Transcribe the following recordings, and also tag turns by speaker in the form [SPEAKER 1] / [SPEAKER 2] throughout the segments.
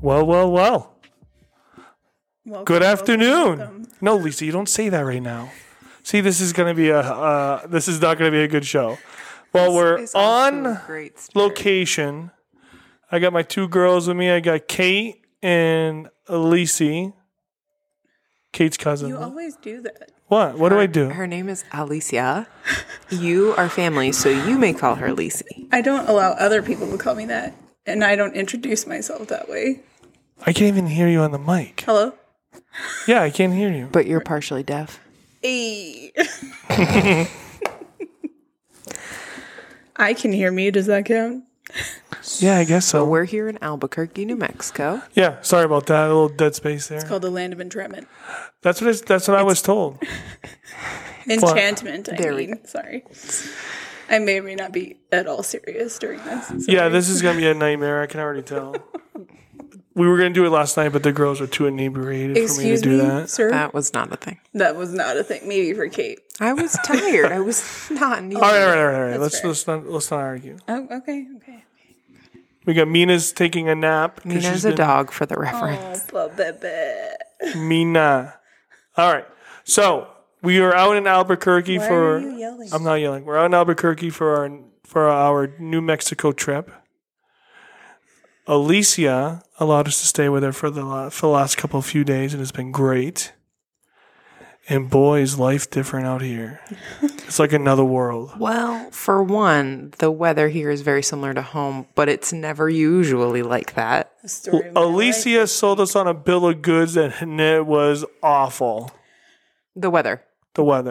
[SPEAKER 1] Well, well, well.
[SPEAKER 2] Welcome,
[SPEAKER 1] Good
[SPEAKER 2] welcome,
[SPEAKER 1] afternoon.
[SPEAKER 2] welcome.
[SPEAKER 1] No, Lisa, you don't say that right now. See, this is gonna be a uh, this is not gonna be a good show. Well, we're
[SPEAKER 3] It's also
[SPEAKER 1] on
[SPEAKER 3] a great spirit.
[SPEAKER 1] location. I got my two girls with me. I got Kate and Lisi, Kate's cousin.
[SPEAKER 2] You always do that.
[SPEAKER 1] what? What do I do?
[SPEAKER 3] Her name is Alicia. you are family, so you may call her Lisi.
[SPEAKER 2] I don't allow other people to call me that, and I don't introduce myself that way.
[SPEAKER 1] I can't even hear you on the mic.
[SPEAKER 2] Hello.
[SPEAKER 1] Yeah, I can't hear you.
[SPEAKER 3] But you're partially deaf.
[SPEAKER 2] Hey. I can hear me. Does that count?
[SPEAKER 1] Yeah, I guess so.
[SPEAKER 3] We're here in Albuquerque, New Mexico.
[SPEAKER 1] Yeah, sorry about that. A little dead space there.
[SPEAKER 2] Called the land of entrapment,
[SPEAKER 1] That's what it's, that's what I was told.
[SPEAKER 2] enchantment. I
[SPEAKER 3] There we
[SPEAKER 2] mean, sorry. I may or may not be at all serious during this. Sorry.
[SPEAKER 1] Yeah, this is gonna be a nightmare. I can already tell. we were gonna do it last night, but the girls were too inebriated for me to
[SPEAKER 2] Excuse
[SPEAKER 1] do
[SPEAKER 2] me,
[SPEAKER 1] that.
[SPEAKER 2] sir.
[SPEAKER 3] That was not a thing.
[SPEAKER 2] that was not a thing. Maybe for Kate.
[SPEAKER 3] I was tired. I was not needed.
[SPEAKER 1] All right, all right, all right. All right. Let's
[SPEAKER 2] fair.
[SPEAKER 1] let's not let's not argue.
[SPEAKER 2] Oh, okay, okay.
[SPEAKER 1] We got Mina's taking a nap. 'cause she's
[SPEAKER 3] Nina's a
[SPEAKER 1] been-
[SPEAKER 3] dog for the reference.
[SPEAKER 2] Oh, blah, blah, blah.
[SPEAKER 1] Mina. All right. So we are out in Albuquerque
[SPEAKER 2] Why
[SPEAKER 1] for.
[SPEAKER 2] are you yelling?
[SPEAKER 1] I'm not yelling. We're out in Albuquerque for our for our New Mexico trip. Alicia allowed us to stay with her for the la- for the last couple of few days, and it's been great. And boy, is life different out here. it's like another world.
[SPEAKER 3] Well, for one, the weather here is very similar to home, but it's never usually like that.
[SPEAKER 2] The story of my life.
[SPEAKER 1] Alicia sold us on a bill of goods, and it was awful.
[SPEAKER 3] The weather
[SPEAKER 1] The weather.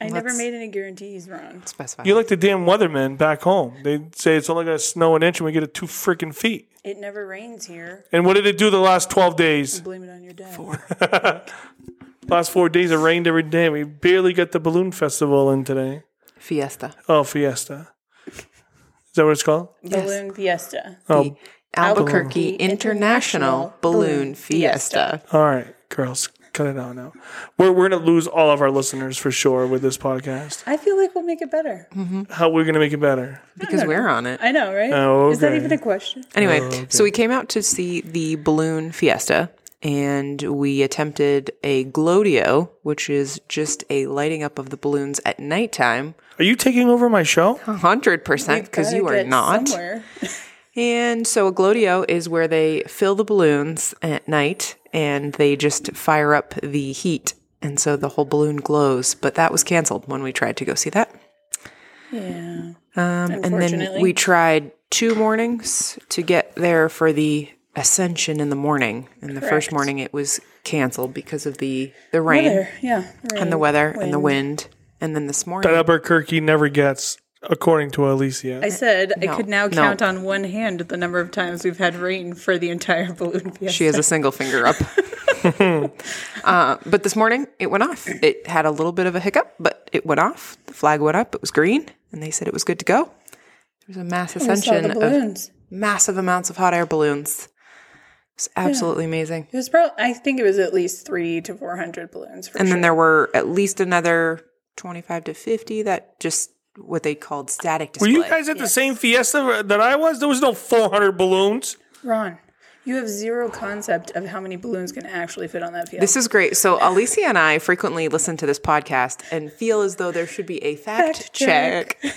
[SPEAKER 2] I never
[SPEAKER 3] Let's-
[SPEAKER 2] made any guarantees, Ron.
[SPEAKER 3] specified.
[SPEAKER 1] You're like the damn weathermen back home. They say it's only going to snow an inch, and we get it two freaking feet.
[SPEAKER 2] It never rains here.
[SPEAKER 1] And what did it do the last 12 days?
[SPEAKER 2] Blame it on your dad.
[SPEAKER 1] Last four days, it rained every day. We barely got the balloon festival in today.
[SPEAKER 3] Fiesta.
[SPEAKER 1] Oh, fiesta. Is that what it's called?
[SPEAKER 2] Balloon fiesta.
[SPEAKER 1] Oh,
[SPEAKER 3] Albuquerque International Balloon Fiesta.
[SPEAKER 1] all right, girls, cut it out now. We're, we're going to lose all of our listeners for sure with this podcast.
[SPEAKER 2] I feel like we'll make it better.
[SPEAKER 1] How we're going to make it better?
[SPEAKER 3] Because we're on it.
[SPEAKER 2] I know, right?
[SPEAKER 1] Oh,
[SPEAKER 2] Is that
[SPEAKER 1] okay.
[SPEAKER 2] even a question?
[SPEAKER 3] Anyway, so we came out to see the balloon fiesta and we attempted a glodio, which is just a lighting up of the balloons at nighttime.
[SPEAKER 1] Are you taking over my show?
[SPEAKER 3] 100% because
[SPEAKER 2] Gotta
[SPEAKER 3] you are
[SPEAKER 2] get
[SPEAKER 3] not.
[SPEAKER 2] Somewhere.
[SPEAKER 3] And so a glodio is where they fill the balloons at night and they just fire up the heat. And so the whole balloon glows. But that was canceled when we tried to go see that.
[SPEAKER 2] Yeah.
[SPEAKER 3] Um, and then
[SPEAKER 2] Unfortunately.
[SPEAKER 3] we tried two mornings to get there for the ascension in the morning. And the first
[SPEAKER 2] Correct.
[SPEAKER 3] morning it was canceled because of the, the rain
[SPEAKER 2] Weather. Yeah.
[SPEAKER 3] and the
[SPEAKER 2] rain,
[SPEAKER 3] weather and the wind. And then this morning,
[SPEAKER 1] That Albuquerque never gets, according to Alicia.
[SPEAKER 2] I said I
[SPEAKER 3] No,
[SPEAKER 2] could now
[SPEAKER 3] no.
[SPEAKER 2] count on one hand the number of times we've had rain for the entire balloon fiesta.
[SPEAKER 3] She has a single finger up. uh, but this morning it went off. It had a little bit of a hiccup, but it went off. The flag went up. It was green, and they said it was good to go. There was a mass
[SPEAKER 2] We saw the
[SPEAKER 3] ascension of
[SPEAKER 2] balloons.
[SPEAKER 3] massive amounts of hot air balloons. It's absolutely amazing.
[SPEAKER 2] It was probably, I think it was at least three to 400 balloons for
[SPEAKER 3] And
[SPEAKER 2] sure.
[SPEAKER 3] then there were at least another twenty-five to fifty that just what they called static
[SPEAKER 1] Were
[SPEAKER 3] display.
[SPEAKER 1] you guys at the same fiesta that I was? There was no 400 balloons.
[SPEAKER 2] Ron, you have zero concept of how many balloons can actually fit on that field.
[SPEAKER 3] This is great. So Alicia and I frequently listen to this podcast and feel as though there should be a fact,
[SPEAKER 2] Fact check.
[SPEAKER 3] check.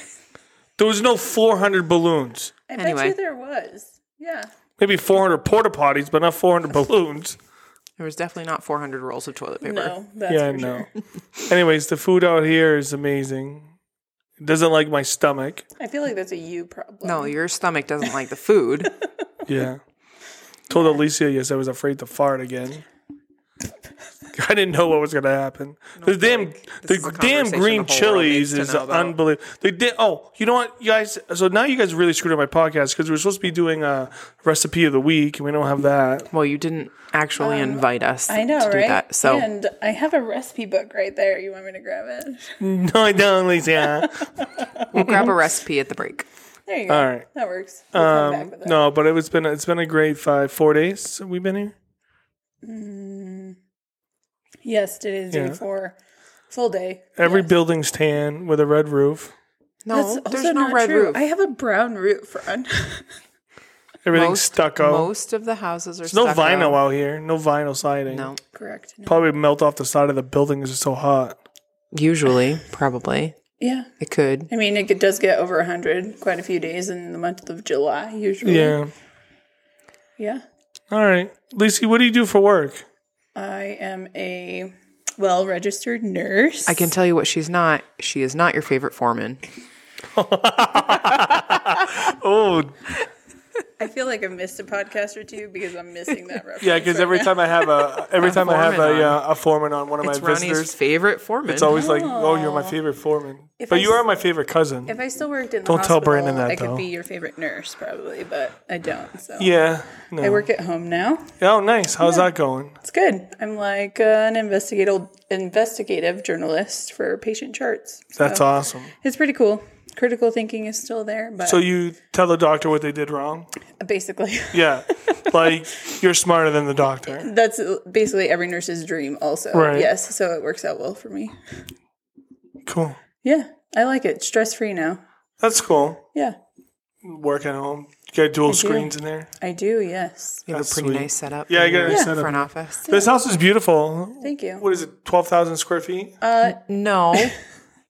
[SPEAKER 1] There was no 400 balloons.
[SPEAKER 2] I bet
[SPEAKER 3] anyway.
[SPEAKER 2] you there was. Yeah.
[SPEAKER 1] Maybe 400 porta potties, but not 400 balloons.
[SPEAKER 3] There was definitely not 400 rolls of toilet paper.
[SPEAKER 2] No, that's
[SPEAKER 1] yeah, I
[SPEAKER 2] for
[SPEAKER 1] know.
[SPEAKER 2] sure.
[SPEAKER 1] Anyways, the food out here is amazing. It doesn't like my stomach.
[SPEAKER 2] I feel like that's a you problem.
[SPEAKER 3] No, your stomach doesn't like the food.
[SPEAKER 1] Yeah. Told Alicia, yes, I was afraid to fart again. I didn't know what was going to happen. the damn,
[SPEAKER 3] this is
[SPEAKER 1] the
[SPEAKER 3] a
[SPEAKER 1] damn
[SPEAKER 3] conversation
[SPEAKER 1] green
[SPEAKER 3] the whole world needs
[SPEAKER 1] chilies
[SPEAKER 3] to
[SPEAKER 1] is
[SPEAKER 3] know about.
[SPEAKER 1] unbelievable. They did. Oh, you know what, you guys? So now you guys really screwed up my podcast because we were supposed to be doing a recipe of the week, and we don't have that.
[SPEAKER 3] Well, you didn't actually invite us
[SPEAKER 2] Um, I know,
[SPEAKER 3] to
[SPEAKER 2] right?
[SPEAKER 3] do that. So
[SPEAKER 2] and I have a recipe book right there. You want me to grab it?
[SPEAKER 1] No, I don't, Alicia.
[SPEAKER 3] we'll grab a recipe at the break.
[SPEAKER 2] There you go.
[SPEAKER 1] All right.
[SPEAKER 2] That works. We'll come back with it.
[SPEAKER 1] Um, No, but it's been it's been a great five four days we've been here.
[SPEAKER 2] Yes, today is
[SPEAKER 1] Yeah.
[SPEAKER 2] day four. Full day.
[SPEAKER 1] Every
[SPEAKER 2] Yes.
[SPEAKER 1] building's tan with a red roof.
[SPEAKER 3] No,
[SPEAKER 2] That's
[SPEAKER 3] there's
[SPEAKER 2] also
[SPEAKER 3] no
[SPEAKER 2] not
[SPEAKER 3] red
[SPEAKER 2] true.
[SPEAKER 3] roof.
[SPEAKER 2] I have a brown roof, Ron.
[SPEAKER 1] Everything's
[SPEAKER 3] most,
[SPEAKER 1] stucco.
[SPEAKER 3] Most of the houses are
[SPEAKER 1] There's no
[SPEAKER 3] stucco.
[SPEAKER 1] vinyl out here. No vinyl siding.
[SPEAKER 3] No,
[SPEAKER 2] Correct. No.
[SPEAKER 1] Probably melt off the side of the building because it's so hot.
[SPEAKER 3] usually probably
[SPEAKER 2] Yeah.
[SPEAKER 3] it could.
[SPEAKER 2] I mean, it get- does get over 100 quite a few days in the month of July, usually.
[SPEAKER 1] Yeah.
[SPEAKER 2] Yeah.
[SPEAKER 1] All right. Lacey, what do you do for work?
[SPEAKER 2] I am a well registered nurse.
[SPEAKER 3] I can tell you what she's not. She is not your favorite foreman.
[SPEAKER 1] Oh,
[SPEAKER 2] I feel like I missed a podcast or two because I'm missing that reference.
[SPEAKER 1] yeah, because
[SPEAKER 2] right
[SPEAKER 1] every
[SPEAKER 2] now.
[SPEAKER 1] time I have a every time I have
[SPEAKER 3] foreman
[SPEAKER 1] a uh, a foreman on one of
[SPEAKER 3] It's
[SPEAKER 1] my
[SPEAKER 3] Ronnie's
[SPEAKER 1] visitors,
[SPEAKER 3] favorite foreman.
[SPEAKER 1] it's always like, "Oh, you're my favorite foreman,"
[SPEAKER 2] If
[SPEAKER 1] but
[SPEAKER 2] I
[SPEAKER 1] you
[SPEAKER 2] s-
[SPEAKER 1] are my favorite cousin.
[SPEAKER 2] If I still worked in the
[SPEAKER 1] Don't tell
[SPEAKER 2] hospital,
[SPEAKER 1] Brandon that,
[SPEAKER 2] I could
[SPEAKER 1] though.
[SPEAKER 2] be your favorite nurse probably, but I don't. So
[SPEAKER 1] yeah. No.
[SPEAKER 2] I work at home now.
[SPEAKER 1] oh, nice. How's that going?
[SPEAKER 2] It's good. I'm like uh, an investigative investigative journalist for patient charts. So
[SPEAKER 1] That's awesome.
[SPEAKER 2] It's pretty cool. Critical thinking is still there, but
[SPEAKER 1] So you tell the doctor what they did wrong.
[SPEAKER 2] basically
[SPEAKER 1] Yeah, like you're smarter than the doctor.
[SPEAKER 2] that's basically every nurse's dream also.
[SPEAKER 1] Right.
[SPEAKER 2] Yes, so it works out well for me.
[SPEAKER 1] Cool.
[SPEAKER 2] Yeah. I like it. Stress free now.
[SPEAKER 1] That's cool.
[SPEAKER 2] Yeah.
[SPEAKER 1] Work at home. You got dual screens in there.
[SPEAKER 2] I do. Yes.
[SPEAKER 3] you have a
[SPEAKER 1] That's
[SPEAKER 3] pretty
[SPEAKER 1] sweet.
[SPEAKER 3] nice setup.
[SPEAKER 1] Yeah, I
[SPEAKER 3] in
[SPEAKER 1] got a
[SPEAKER 3] your
[SPEAKER 1] nice setup.
[SPEAKER 3] front office.
[SPEAKER 1] This house is beautiful.
[SPEAKER 2] Thank you.
[SPEAKER 1] What is it? Twelve thousand square feet?
[SPEAKER 2] Uh,
[SPEAKER 3] No,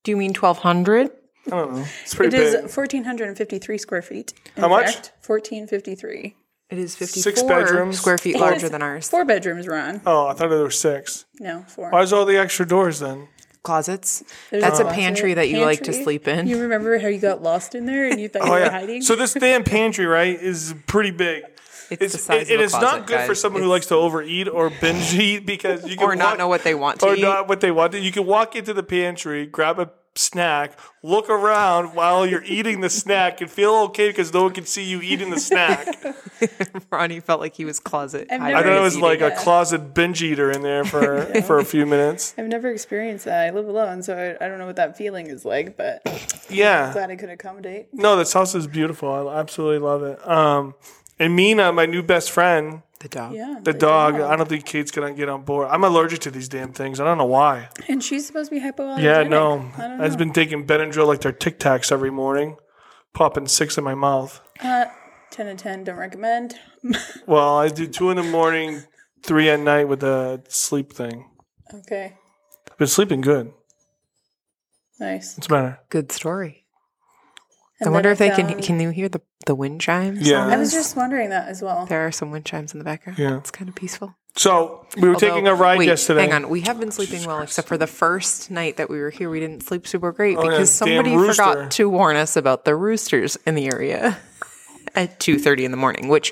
[SPEAKER 3] do you mean twelve hundred?
[SPEAKER 1] I don't know. It's
[SPEAKER 2] It
[SPEAKER 1] pretty
[SPEAKER 2] is
[SPEAKER 1] big.
[SPEAKER 2] 1,453 square feet. In
[SPEAKER 1] How much?
[SPEAKER 2] 1,453.
[SPEAKER 3] It is fifty-four
[SPEAKER 1] bedrooms.
[SPEAKER 3] square feet larger than ours.
[SPEAKER 2] Four bedrooms, Ron.
[SPEAKER 1] Oh, I thought there were six.
[SPEAKER 2] No, four.
[SPEAKER 1] Why's all the extra doors then?
[SPEAKER 3] Closets.
[SPEAKER 2] There's
[SPEAKER 3] That's a
[SPEAKER 2] closet,
[SPEAKER 3] pantry that you like to
[SPEAKER 2] pantry.
[SPEAKER 3] sleep in.
[SPEAKER 2] You remember how you got lost in there and you thought you
[SPEAKER 1] Oh
[SPEAKER 2] were
[SPEAKER 1] yeah.
[SPEAKER 2] hiding?
[SPEAKER 1] So this damn pantry, right, is pretty big.
[SPEAKER 3] It's,
[SPEAKER 1] It's,
[SPEAKER 3] the size
[SPEAKER 1] it-
[SPEAKER 3] of
[SPEAKER 1] it
[SPEAKER 3] a
[SPEAKER 1] is
[SPEAKER 3] closet,
[SPEAKER 1] not good for
[SPEAKER 3] guys.
[SPEAKER 1] someone who
[SPEAKER 3] It's-
[SPEAKER 1] likes to overeat or binge eat because you can
[SPEAKER 3] or not
[SPEAKER 1] walk-
[SPEAKER 3] know what they want to
[SPEAKER 1] or
[SPEAKER 3] eat.
[SPEAKER 1] not what they want. to- You can walk into the pantry, grab a snack, look around while you're eating the snack, and feel okay because no one can see you eating the snack.
[SPEAKER 3] Ronnie felt like he was closet.
[SPEAKER 2] I've
[SPEAKER 3] hiding
[SPEAKER 2] never-
[SPEAKER 1] I thought it was
[SPEAKER 3] his
[SPEAKER 1] like
[SPEAKER 3] eating.
[SPEAKER 1] a closet binge eater in there for for a few minutes.
[SPEAKER 2] I've never experienced that. I live alone, so I, I don't know what that feeling is like, but
[SPEAKER 1] Yeah,
[SPEAKER 2] glad I could accommodate.
[SPEAKER 1] no, this house is beautiful. I absolutely love it. Um, and Mina, my new best friend,
[SPEAKER 3] the dog.
[SPEAKER 2] Yeah.
[SPEAKER 1] the dog. I don't think Kate's gonna get on board. I'm allergic to these damn things. I don't know why.
[SPEAKER 2] And she's supposed to be hypoallergenic.
[SPEAKER 1] Yeah, no,
[SPEAKER 2] I don't
[SPEAKER 1] I've
[SPEAKER 2] know.
[SPEAKER 1] been taking Benadryl like they're Tic Tacs every morning, popping six in my mouth.
[SPEAKER 2] Uh, 10 and 10, don't recommend.
[SPEAKER 1] Well, I do two in the morning, three at night with the sleep thing.
[SPEAKER 2] okay.
[SPEAKER 1] I've been sleeping good.
[SPEAKER 2] Nice.
[SPEAKER 1] What's the matter?
[SPEAKER 3] Good story.
[SPEAKER 2] And
[SPEAKER 3] I
[SPEAKER 2] then
[SPEAKER 3] wonder if they can.
[SPEAKER 2] found-
[SPEAKER 3] Can you hear the the wind chimes?
[SPEAKER 1] Yeah.
[SPEAKER 3] on
[SPEAKER 2] I was
[SPEAKER 3] this?
[SPEAKER 2] just wondering that as well.
[SPEAKER 3] There are some wind chimes in the background.
[SPEAKER 1] Yeah.
[SPEAKER 3] It's kind of peaceful.
[SPEAKER 1] So we were taking
[SPEAKER 3] Although-
[SPEAKER 1] a ride
[SPEAKER 3] wait,
[SPEAKER 1] yesterday.
[SPEAKER 3] Hang on. We have been sleeping well, except for the first night that we were here. We didn't sleep super great
[SPEAKER 1] Oh, yeah,
[SPEAKER 3] because
[SPEAKER 1] damn
[SPEAKER 3] somebody
[SPEAKER 1] rooster.
[SPEAKER 3] forgot to warn us about the roosters in the area at 2.30 in the morning, which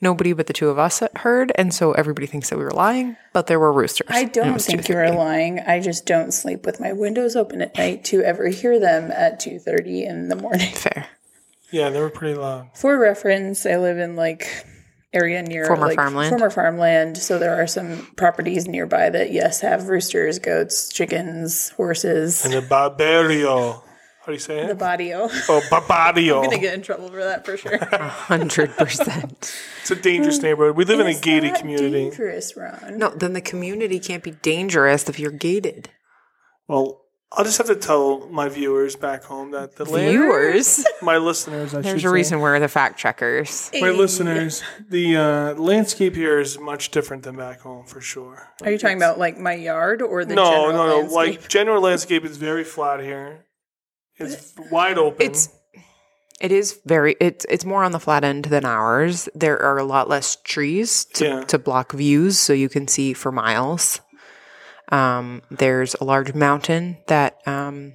[SPEAKER 3] nobody but the two of us heard. And so everybody thinks that we were lying, but there were roosters.
[SPEAKER 2] I
[SPEAKER 3] and it
[SPEAKER 2] don't
[SPEAKER 3] was
[SPEAKER 2] think
[SPEAKER 3] 2:30.
[SPEAKER 2] you are lying. I just don't sleep with my windows open at night to ever hear them at 2:30 in the morning.
[SPEAKER 3] Fair.
[SPEAKER 1] Yeah, they were pretty loud.
[SPEAKER 2] For reference, I live in like area near
[SPEAKER 3] Former
[SPEAKER 2] like,
[SPEAKER 3] farmland.
[SPEAKER 2] Former farmland. So there are some properties nearby that yes have roosters, goats, chickens, horses.
[SPEAKER 1] And the barbario. How do you say
[SPEAKER 2] The
[SPEAKER 1] it?
[SPEAKER 2] barrio. I'm
[SPEAKER 1] Oh, barbario.
[SPEAKER 2] gonna get in trouble for that for sure.
[SPEAKER 3] 100%.
[SPEAKER 1] It's a dangerous neighborhood. We live in a
[SPEAKER 2] Mm. It's
[SPEAKER 1] gated
[SPEAKER 2] not
[SPEAKER 1] community.
[SPEAKER 2] Dangerous, Ron.
[SPEAKER 3] no, then the community can't be dangerous if you're gated.
[SPEAKER 1] Well, I'll just have to tell my viewers back home that the land,
[SPEAKER 3] Viewers.
[SPEAKER 1] my listeners, I should
[SPEAKER 3] There's
[SPEAKER 1] say.
[SPEAKER 3] a reason we're the fact checkers.
[SPEAKER 1] My listeners, the uh, landscape here is much different than back home for sure.
[SPEAKER 2] Are you talking about like my yard or the
[SPEAKER 1] no,
[SPEAKER 2] general
[SPEAKER 1] no, no.
[SPEAKER 2] landscape?
[SPEAKER 1] Like general landscape is very flat here. It's wide open.
[SPEAKER 3] It's it is very it's it's more on the flat end than ours. There are a lot less trees to,
[SPEAKER 1] Yeah.
[SPEAKER 3] to block views, so you can see for miles. Um, there's a large mountain that um,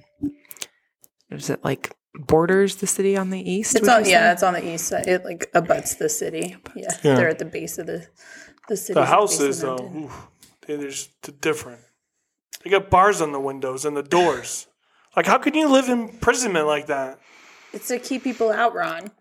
[SPEAKER 3] is it like borders the city on the east.
[SPEAKER 2] It's
[SPEAKER 3] would
[SPEAKER 2] on
[SPEAKER 3] you
[SPEAKER 2] yeah,
[SPEAKER 3] say?
[SPEAKER 2] it's on the east side. It like abuts the city. Yeah,
[SPEAKER 1] Yeah.
[SPEAKER 2] they're at the base of the the city.
[SPEAKER 1] the um, houses though. oof, they- they're just t- different. They got bars on the windows and the doors. like how can you live in imprisonment like that?
[SPEAKER 2] It's to keep people out, Ron.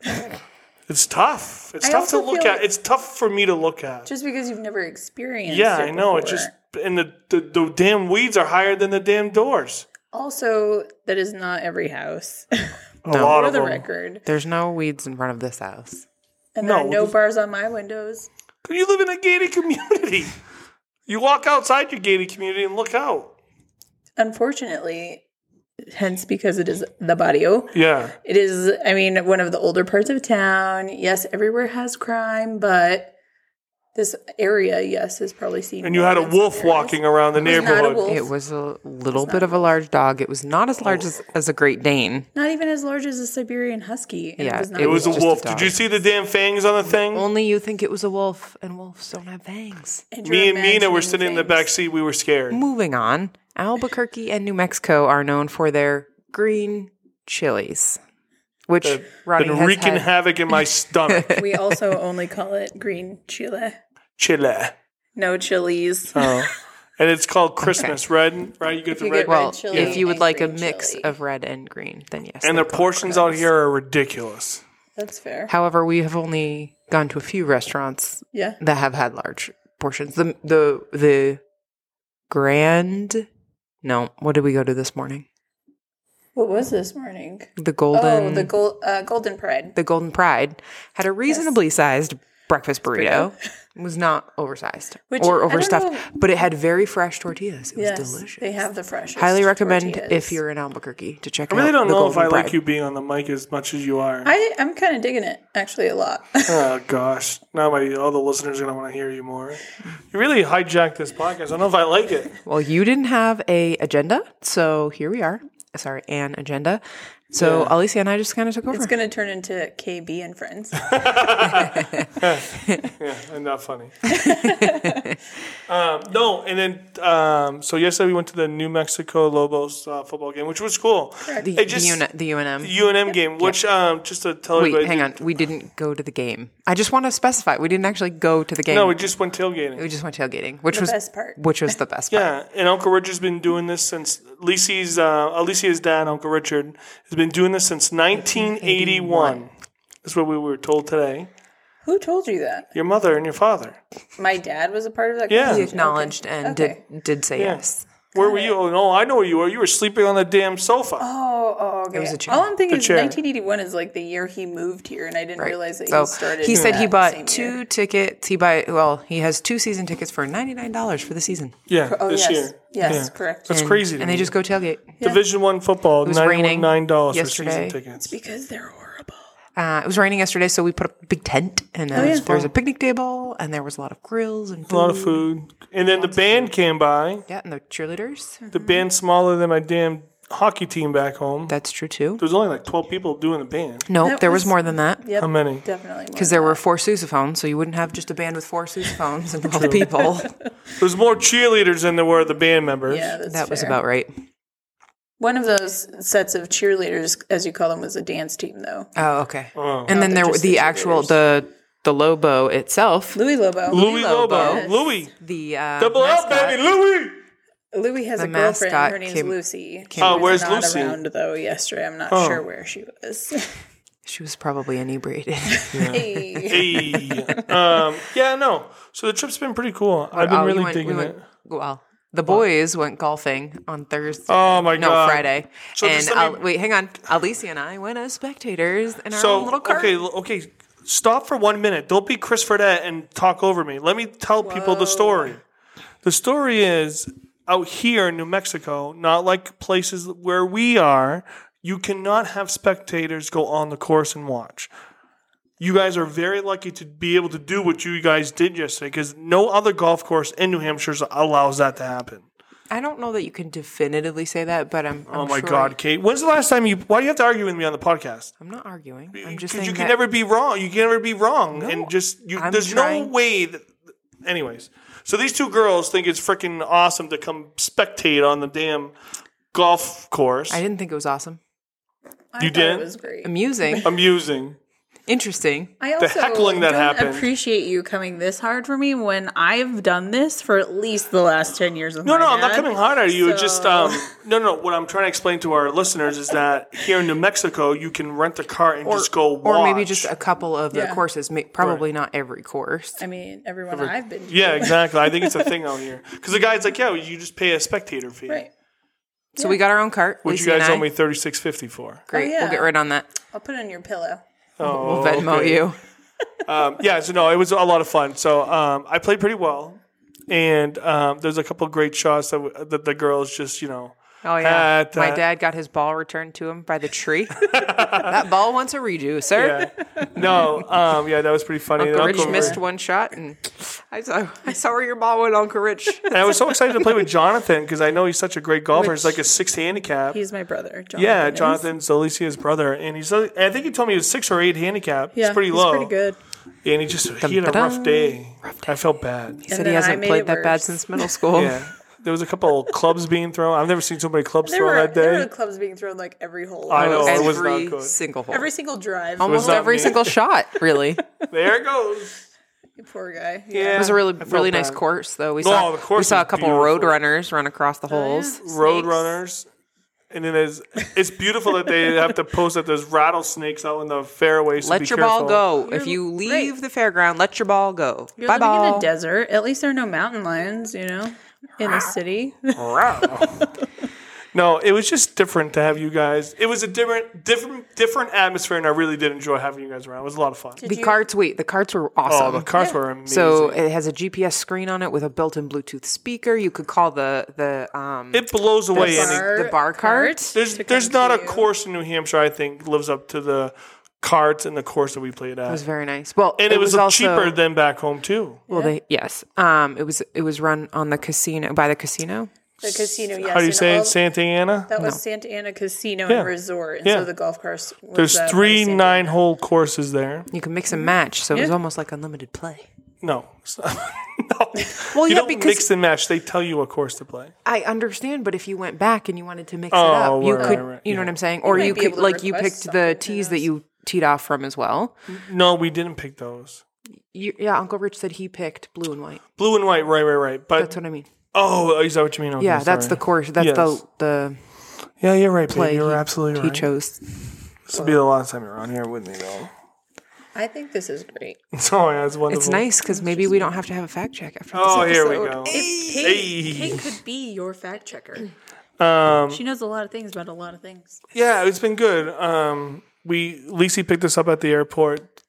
[SPEAKER 1] It's tough. It's
[SPEAKER 2] I
[SPEAKER 1] tough to
[SPEAKER 2] also
[SPEAKER 1] look
[SPEAKER 2] feel
[SPEAKER 1] at.
[SPEAKER 2] like-
[SPEAKER 1] it's tough for me to look at.
[SPEAKER 2] Just because you've never experienced.
[SPEAKER 1] yeah,
[SPEAKER 2] it
[SPEAKER 1] I know. It
[SPEAKER 2] before.
[SPEAKER 1] just and the, the the damn weeds are higher than the damn doors.
[SPEAKER 2] also that is not every house
[SPEAKER 1] A lot
[SPEAKER 2] for
[SPEAKER 1] of
[SPEAKER 2] the
[SPEAKER 1] them.
[SPEAKER 2] record.
[SPEAKER 3] There's no weeds in front of this house.
[SPEAKER 2] And there
[SPEAKER 1] No,
[SPEAKER 2] are no
[SPEAKER 1] this-
[SPEAKER 2] bars on my windows.
[SPEAKER 1] You live in a gated community. you walk outside your gated community and look out.
[SPEAKER 2] Unfortunately, hence because it is the barrio.
[SPEAKER 1] Yeah.
[SPEAKER 2] It is, I mean, one of the older parts of town. Yes, everywhere has crime, but this area, yes, has probably seen.
[SPEAKER 1] And you had a
[SPEAKER 2] violence in
[SPEAKER 1] wolf
[SPEAKER 2] areas.
[SPEAKER 1] walking around the
[SPEAKER 2] It was not a
[SPEAKER 1] neighborhood.
[SPEAKER 2] wolf.
[SPEAKER 3] It was a little bit of a large dog. It was not as
[SPEAKER 2] Oh.
[SPEAKER 3] large as, as a Great Dane.
[SPEAKER 2] Not even as large as a Siberian Husky. and
[SPEAKER 3] Yeah,
[SPEAKER 2] not
[SPEAKER 3] it
[SPEAKER 1] It was a
[SPEAKER 3] Just a
[SPEAKER 1] wolf.
[SPEAKER 3] dog.
[SPEAKER 1] Did you see the damn fangs on the thing?
[SPEAKER 3] Only you think it was a wolf, and wolves don't have fangs.
[SPEAKER 2] Andrew
[SPEAKER 1] Me and Mina were
[SPEAKER 2] imagining
[SPEAKER 1] sitting in the
[SPEAKER 2] things.
[SPEAKER 1] back seat. We were scared.
[SPEAKER 3] Moving on, Albuquerque and New Mexico are known for their green chilies, which Ronnie
[SPEAKER 1] Been
[SPEAKER 3] has
[SPEAKER 1] wreaking
[SPEAKER 3] had.
[SPEAKER 1] havoc in my stomach.
[SPEAKER 2] We also only call it green chile.
[SPEAKER 1] Chile.
[SPEAKER 2] No chilies.
[SPEAKER 1] Oh. And it's called Christmas red, right? You get
[SPEAKER 2] If
[SPEAKER 1] the
[SPEAKER 2] you
[SPEAKER 1] red.
[SPEAKER 2] get
[SPEAKER 3] well,
[SPEAKER 2] red chili
[SPEAKER 3] if you would
[SPEAKER 2] and
[SPEAKER 3] like a
[SPEAKER 2] green
[SPEAKER 3] mix
[SPEAKER 2] chili.
[SPEAKER 3] of red and green, then yes.
[SPEAKER 1] and
[SPEAKER 3] they
[SPEAKER 1] the
[SPEAKER 3] call it
[SPEAKER 1] portions
[SPEAKER 3] red.
[SPEAKER 1] out here are ridiculous.
[SPEAKER 2] That's fair.
[SPEAKER 3] However, we have only gone to a few restaurants
[SPEAKER 2] yeah.
[SPEAKER 3] that have had large portions. The the the Grand. No, what did we go to this morning?
[SPEAKER 2] What was this morning?
[SPEAKER 3] The Golden.
[SPEAKER 2] Oh, the gold, uh, Golden Pride.
[SPEAKER 3] the Golden Pride had a reasonably sized breakfast burrito. It was not oversized
[SPEAKER 2] Which, I
[SPEAKER 3] or
[SPEAKER 2] don't
[SPEAKER 3] overstuffed,
[SPEAKER 2] know.
[SPEAKER 3] but it had very fresh tortillas. It was
[SPEAKER 2] yes,
[SPEAKER 3] delicious.
[SPEAKER 2] they have the freshest.
[SPEAKER 3] Highly recommend
[SPEAKER 2] tortillas.
[SPEAKER 3] if you're in Albuquerque to check
[SPEAKER 1] I
[SPEAKER 3] out.
[SPEAKER 1] really don't
[SPEAKER 3] the
[SPEAKER 1] know if
[SPEAKER 3] Golden
[SPEAKER 1] I like
[SPEAKER 3] Pride.
[SPEAKER 1] you being on the mic as much as you are.
[SPEAKER 2] I, I'm kind of digging it actually a lot.
[SPEAKER 1] oh gosh, now my all the listeners are gonna want to hear you more. You really hijacked this podcast. I don't know if I like it.
[SPEAKER 3] Well, you didn't have a agenda, so here we are. Sorry, an agenda. So Alicia and I just kind of took over.
[SPEAKER 2] it's going to turn into KB and Friends.
[SPEAKER 1] Yeah, and not funny. um, no, and then um, so yesterday we went to the New Mexico Lobos uh, football game, which was cool.
[SPEAKER 3] the,
[SPEAKER 1] It just-
[SPEAKER 3] the, UN, the UNM.
[SPEAKER 1] The UNM game, which um, just to tell
[SPEAKER 3] Wait,
[SPEAKER 1] everybody,
[SPEAKER 3] hang on. We didn't go to the game. I just want to specify we didn't actually go to the game.
[SPEAKER 1] No, we just went tailgating.
[SPEAKER 3] we just went tailgating, which was
[SPEAKER 2] best part.
[SPEAKER 3] Which was the best part.
[SPEAKER 1] Yeah, and Uncle Richard's been doing this since Lisi's, uh, Alicia's dad, Uncle Richard, has been doing this since 1981. That's what we were told today.
[SPEAKER 2] Who told you that?
[SPEAKER 1] Your mother and your father.
[SPEAKER 2] My dad was a part of that.
[SPEAKER 1] Yeah.
[SPEAKER 3] He
[SPEAKER 2] conversation?
[SPEAKER 3] acknowledged and
[SPEAKER 2] Okay.
[SPEAKER 3] did did say yes.
[SPEAKER 1] Where were you? Oh no, I know where you were. You were sleeping on the damn sofa.
[SPEAKER 2] Oh, oh, okay. It
[SPEAKER 3] was a chair.
[SPEAKER 2] All I'm thinking
[SPEAKER 1] The
[SPEAKER 2] is
[SPEAKER 1] chair.
[SPEAKER 2] 1981 is like the year he moved here, and I didn't realize that
[SPEAKER 3] So
[SPEAKER 2] he started.
[SPEAKER 3] he said he
[SPEAKER 2] that
[SPEAKER 3] bought
[SPEAKER 2] same
[SPEAKER 3] two
[SPEAKER 2] year.
[SPEAKER 3] tickets. He buy well, he has two season tickets for ninety nine dollars for the season.
[SPEAKER 1] yeah,
[SPEAKER 2] Oh,
[SPEAKER 1] this
[SPEAKER 2] yes.
[SPEAKER 1] year.
[SPEAKER 2] Yes,
[SPEAKER 1] Yeah.
[SPEAKER 2] correct.
[SPEAKER 1] That's crazy. to
[SPEAKER 3] And they
[SPEAKER 1] me.
[SPEAKER 3] just go tailgate.
[SPEAKER 1] Division One football. It
[SPEAKER 3] was raining
[SPEAKER 1] Nine dollars for season
[SPEAKER 3] yesterday.
[SPEAKER 1] tickets.
[SPEAKER 2] because they're horrible.
[SPEAKER 3] Uh, it was raining yesterday, so we put up a big tent and there, was,
[SPEAKER 2] Oh, yeah.
[SPEAKER 3] there was a picnic table and there was a lot of grills and food.
[SPEAKER 1] A lot of food. And then the band came by.
[SPEAKER 3] Yeah, and the cheerleaders.
[SPEAKER 1] The band smaller than my damn hockey team back home. There
[SPEAKER 3] That's true too.
[SPEAKER 1] was only like twelve people doing the band.
[SPEAKER 3] No,
[SPEAKER 2] That
[SPEAKER 3] there was
[SPEAKER 2] was-
[SPEAKER 3] more than that.
[SPEAKER 2] Yep,
[SPEAKER 1] How many?
[SPEAKER 2] definitely. more.
[SPEAKER 3] Because there were four sousaphones, so you wouldn't have just a band with four sousaphones and 12 people.
[SPEAKER 1] There's more cheerleaders than there were the band members.
[SPEAKER 2] Yeah, that's
[SPEAKER 3] That was
[SPEAKER 2] fair.
[SPEAKER 3] about right.
[SPEAKER 2] one of those sets of cheerleaders, as you call them, was a dance team, though.
[SPEAKER 3] Oh, okay.
[SPEAKER 1] Oh.
[SPEAKER 3] And then
[SPEAKER 2] they're
[SPEAKER 3] there were
[SPEAKER 2] just
[SPEAKER 3] the
[SPEAKER 2] the
[SPEAKER 3] actual
[SPEAKER 2] cheerleaders.
[SPEAKER 3] the the Lobo itself.
[SPEAKER 2] Louis Lobo.
[SPEAKER 1] Louis Lobo.
[SPEAKER 3] Lobo.
[SPEAKER 2] Yes.
[SPEAKER 1] Louis.
[SPEAKER 3] The uh,
[SPEAKER 1] Double
[SPEAKER 3] mascot.
[SPEAKER 1] up, baby. Louis.
[SPEAKER 2] Louis has
[SPEAKER 3] The
[SPEAKER 2] a girlfriend.
[SPEAKER 3] mascot
[SPEAKER 2] Her name's
[SPEAKER 3] came-
[SPEAKER 2] Lucy.
[SPEAKER 3] came Oh,
[SPEAKER 2] She was
[SPEAKER 1] where's
[SPEAKER 2] not
[SPEAKER 1] Lucy? Oh.
[SPEAKER 2] Around though yesterday, I'm not sure where she was.
[SPEAKER 3] She was probably inebriated.
[SPEAKER 2] Hey.
[SPEAKER 1] Hey. um, yeah, no. So the trip's been pretty cool. I've been
[SPEAKER 3] Oh, you
[SPEAKER 1] really
[SPEAKER 3] went- we
[SPEAKER 1] digging
[SPEAKER 3] went-
[SPEAKER 1] it.
[SPEAKER 3] Well, the boys went golfing on Thursday.
[SPEAKER 1] Oh, my
[SPEAKER 3] no,
[SPEAKER 1] God.
[SPEAKER 3] Friday.
[SPEAKER 1] So
[SPEAKER 3] and
[SPEAKER 1] just let
[SPEAKER 3] Al-
[SPEAKER 1] me-
[SPEAKER 3] wait, hang on. Alicia and I went as spectators in our own
[SPEAKER 1] So
[SPEAKER 3] little cart.
[SPEAKER 1] okay, l- okay. Stop for one minute. Don't be Chris Fredette and talk over me. Let me tell people the story. The story is out here in New Mexico, not like places where we are. You cannot have spectators go on the course and watch. You guys are very lucky to be able to do what you guys did yesterday because no other golf course in New Hampshire allows that to happen.
[SPEAKER 3] I don't know that you can definitively say that, but I'm.
[SPEAKER 1] Oh my God, Kate! When's the last time you? Why do you have to argue with me on the podcast?
[SPEAKER 3] I'm not arguing. I'm
[SPEAKER 1] Because
[SPEAKER 3] just saying
[SPEAKER 1] you can
[SPEAKER 3] that-
[SPEAKER 1] never be wrong. You can never be wrong. and just you,
[SPEAKER 3] I'm
[SPEAKER 1] there's
[SPEAKER 3] trying-
[SPEAKER 1] no way. That, anyways, so these two girls think it's freaking awesome to come spectate on the damn golf course.
[SPEAKER 3] I didn't think it was awesome.
[SPEAKER 2] I
[SPEAKER 1] You
[SPEAKER 2] thought
[SPEAKER 1] did?
[SPEAKER 2] It was great.
[SPEAKER 3] Amusing,
[SPEAKER 1] Amusing.
[SPEAKER 3] interesting.
[SPEAKER 2] I also
[SPEAKER 1] heckling that
[SPEAKER 2] don't
[SPEAKER 1] happened.
[SPEAKER 2] appreciate you coming this hard for me when I've done this for at least the last ten years of
[SPEAKER 1] No,
[SPEAKER 2] my
[SPEAKER 1] no, I'm not
[SPEAKER 2] dad.
[SPEAKER 1] coming hard at you. It's Just
[SPEAKER 2] So-
[SPEAKER 1] um, no, no. What I'm trying to explain to our listeners is that here in New Mexico, you can rent a car and just go watch.
[SPEAKER 3] Or maybe just a couple of the
[SPEAKER 2] Yeah.
[SPEAKER 3] courses, ma- probably not every course.
[SPEAKER 2] I mean, everyone I've been. To.
[SPEAKER 1] yeah, exactly. I think it's a thing out here because the guy's like, yeah, you just pay a spectator fee,
[SPEAKER 2] Right.
[SPEAKER 3] So we got our own cart.
[SPEAKER 1] which you
[SPEAKER 3] Lisa and
[SPEAKER 1] guys
[SPEAKER 3] I.
[SPEAKER 1] owe me thirty six fifty for.
[SPEAKER 3] Great.
[SPEAKER 2] Oh, yeah.
[SPEAKER 3] We'll get right on that.
[SPEAKER 2] I'll put it on your pillow.
[SPEAKER 1] Oh,
[SPEAKER 3] Venmo
[SPEAKER 1] okay.
[SPEAKER 3] you.
[SPEAKER 1] um, yeah, so no, it was a lot of fun. So um, I played pretty well, and um, there's a couple of great shots that, w- that the girls just you know
[SPEAKER 3] Oh yeah,
[SPEAKER 1] At,
[SPEAKER 3] my
[SPEAKER 1] uh,
[SPEAKER 3] dad got his ball returned to him by the tree. that ball wants a redo, sir.
[SPEAKER 1] Yeah. No, um, yeah, that was pretty funny.
[SPEAKER 3] Uncle,
[SPEAKER 1] And
[SPEAKER 3] Rich
[SPEAKER 1] Uncle
[SPEAKER 3] missed one shot, and I saw I saw where your ball went, Uncle Rich.
[SPEAKER 1] And I was so excited to play with Jonathan because I know he's such a great golfer. he's like a six handicap.
[SPEAKER 2] He's my brother. Jonathan
[SPEAKER 1] Yeah,
[SPEAKER 2] is.
[SPEAKER 1] Jonathan's Alicia's brother, and he's. uh, I think he told me he was six or eight handicap.
[SPEAKER 2] Yeah,
[SPEAKER 1] it's pretty
[SPEAKER 2] he's
[SPEAKER 1] low.
[SPEAKER 2] pretty good.
[SPEAKER 1] And he just he had a rough
[SPEAKER 3] Dum-ba-dum.
[SPEAKER 1] day. I felt bad.
[SPEAKER 3] He said he
[SPEAKER 2] then I
[SPEAKER 3] hasn't
[SPEAKER 2] made
[SPEAKER 3] played
[SPEAKER 2] it
[SPEAKER 3] that bad
[SPEAKER 2] worse.
[SPEAKER 3] since middle school.
[SPEAKER 1] Yeah, there was a couple clubs being thrown. I've never seen so many clubs
[SPEAKER 2] There
[SPEAKER 1] thrown
[SPEAKER 2] were,
[SPEAKER 1] that
[SPEAKER 2] there were
[SPEAKER 1] day.
[SPEAKER 2] clubs being thrown like every hole.
[SPEAKER 1] I know. Oh, it was not
[SPEAKER 3] every
[SPEAKER 1] good.
[SPEAKER 3] single hole,
[SPEAKER 2] Every single drive.
[SPEAKER 3] almost
[SPEAKER 1] not
[SPEAKER 3] every
[SPEAKER 1] me.
[SPEAKER 3] single shot. Really,
[SPEAKER 1] There it goes.
[SPEAKER 2] Poor guy.
[SPEAKER 1] Yeah,
[SPEAKER 3] it was a really
[SPEAKER 1] I felt
[SPEAKER 3] really nice
[SPEAKER 1] bad.
[SPEAKER 3] course though. We saw
[SPEAKER 1] the course
[SPEAKER 3] we saw a
[SPEAKER 1] was
[SPEAKER 3] couple
[SPEAKER 1] beautiful.
[SPEAKER 3] road runners run across
[SPEAKER 2] Oh,
[SPEAKER 3] the holes.
[SPEAKER 1] Road
[SPEAKER 2] Snakes.
[SPEAKER 1] runners, and then it's it's beautiful that they have to post that there's rattlesnakes out in the fairways. so be
[SPEAKER 3] Let your
[SPEAKER 1] careful.
[SPEAKER 3] ball go. If
[SPEAKER 2] You're
[SPEAKER 3] you
[SPEAKER 2] right.
[SPEAKER 3] leave the fairground, let your ball go.
[SPEAKER 2] You're
[SPEAKER 3] Bye
[SPEAKER 2] living in
[SPEAKER 3] bye.
[SPEAKER 2] the desert. At least there are no mountain lions, you know, in the city.
[SPEAKER 1] No, it was just different to have you guys. It was a different, different, different atmosphere, and I really did enjoy having you guys around. It was a lot of fun.
[SPEAKER 3] The carts, wait, the carts were awesome.
[SPEAKER 1] Oh, the cars were amazing.
[SPEAKER 3] So it has a GPS screen on it with a built-in Bluetooth speaker. You could call the the um
[SPEAKER 1] it blows away
[SPEAKER 3] bar-
[SPEAKER 1] any.
[SPEAKER 3] the bar cart?
[SPEAKER 1] There's
[SPEAKER 2] to
[SPEAKER 1] there's
[SPEAKER 2] come
[SPEAKER 1] not a
[SPEAKER 2] to you.
[SPEAKER 1] course in New Hampshire I think lives up to the carts and the course that we played at.
[SPEAKER 3] it was very nice. Well,
[SPEAKER 1] and it, was,
[SPEAKER 3] also,
[SPEAKER 1] cheaper than back home too.
[SPEAKER 3] Well, they, yes. Um, it was it was run on the casino by the casino.
[SPEAKER 2] The casino, yes.
[SPEAKER 1] How do you
[SPEAKER 2] and
[SPEAKER 1] say
[SPEAKER 2] all-
[SPEAKER 1] it? Santa Ana.
[SPEAKER 2] That was Santa Ana Casino
[SPEAKER 1] Yeah.
[SPEAKER 2] and Resort, and
[SPEAKER 1] Yeah.
[SPEAKER 2] so the golf course. Was,
[SPEAKER 1] There's
[SPEAKER 2] uh, by
[SPEAKER 1] three
[SPEAKER 2] Santa
[SPEAKER 1] nine hole courses there.
[SPEAKER 3] You can mix and match, so it was
[SPEAKER 2] Yeah.
[SPEAKER 3] almost like unlimited play.
[SPEAKER 1] No. no.
[SPEAKER 3] Well,
[SPEAKER 1] you
[SPEAKER 3] yeah,
[SPEAKER 1] don't
[SPEAKER 3] because-
[SPEAKER 1] mix and match. They tell you a course to play.
[SPEAKER 3] I understand, but if you went back and you wanted to mix
[SPEAKER 1] Oh,
[SPEAKER 3] it up, you
[SPEAKER 1] right,
[SPEAKER 3] could,
[SPEAKER 1] right,
[SPEAKER 3] you
[SPEAKER 1] yeah.
[SPEAKER 3] know what I'm saying, or
[SPEAKER 2] might
[SPEAKER 3] you
[SPEAKER 2] be
[SPEAKER 3] could
[SPEAKER 2] able to
[SPEAKER 3] like you
[SPEAKER 2] request
[SPEAKER 3] picked
[SPEAKER 2] something,
[SPEAKER 3] the
[SPEAKER 2] who
[SPEAKER 3] tees that you teed off from as well.
[SPEAKER 1] No, we didn't pick those.
[SPEAKER 3] You, yeah, Uncle Rich said he picked blue and white.
[SPEAKER 1] Blue and white, right, right, right. But
[SPEAKER 3] That's what I mean.
[SPEAKER 1] oh, is that what you mean? Okay,
[SPEAKER 3] Yeah, that's the
[SPEAKER 1] sorry.
[SPEAKER 3] course. That's
[SPEAKER 1] Yes.
[SPEAKER 3] the the
[SPEAKER 1] Yeah, you're right, babe.
[SPEAKER 3] play
[SPEAKER 1] You're
[SPEAKER 3] he,
[SPEAKER 1] absolutely
[SPEAKER 3] he
[SPEAKER 1] right.
[SPEAKER 3] chose.
[SPEAKER 1] This will be the last time you're on here with me, though.
[SPEAKER 2] I think this is great.
[SPEAKER 1] So yeah, it's wonderful.
[SPEAKER 3] It's nice because maybe we don't have to have a fact check after this.
[SPEAKER 1] Oh, here we
[SPEAKER 3] episode.
[SPEAKER 1] go.
[SPEAKER 2] Kate,
[SPEAKER 1] Hey.
[SPEAKER 2] Kate could be your fact checker.
[SPEAKER 1] Um,
[SPEAKER 2] She knows a lot of things about a lot of things.
[SPEAKER 1] yeah, it's been good. Um, we Lisi picked us up at the airport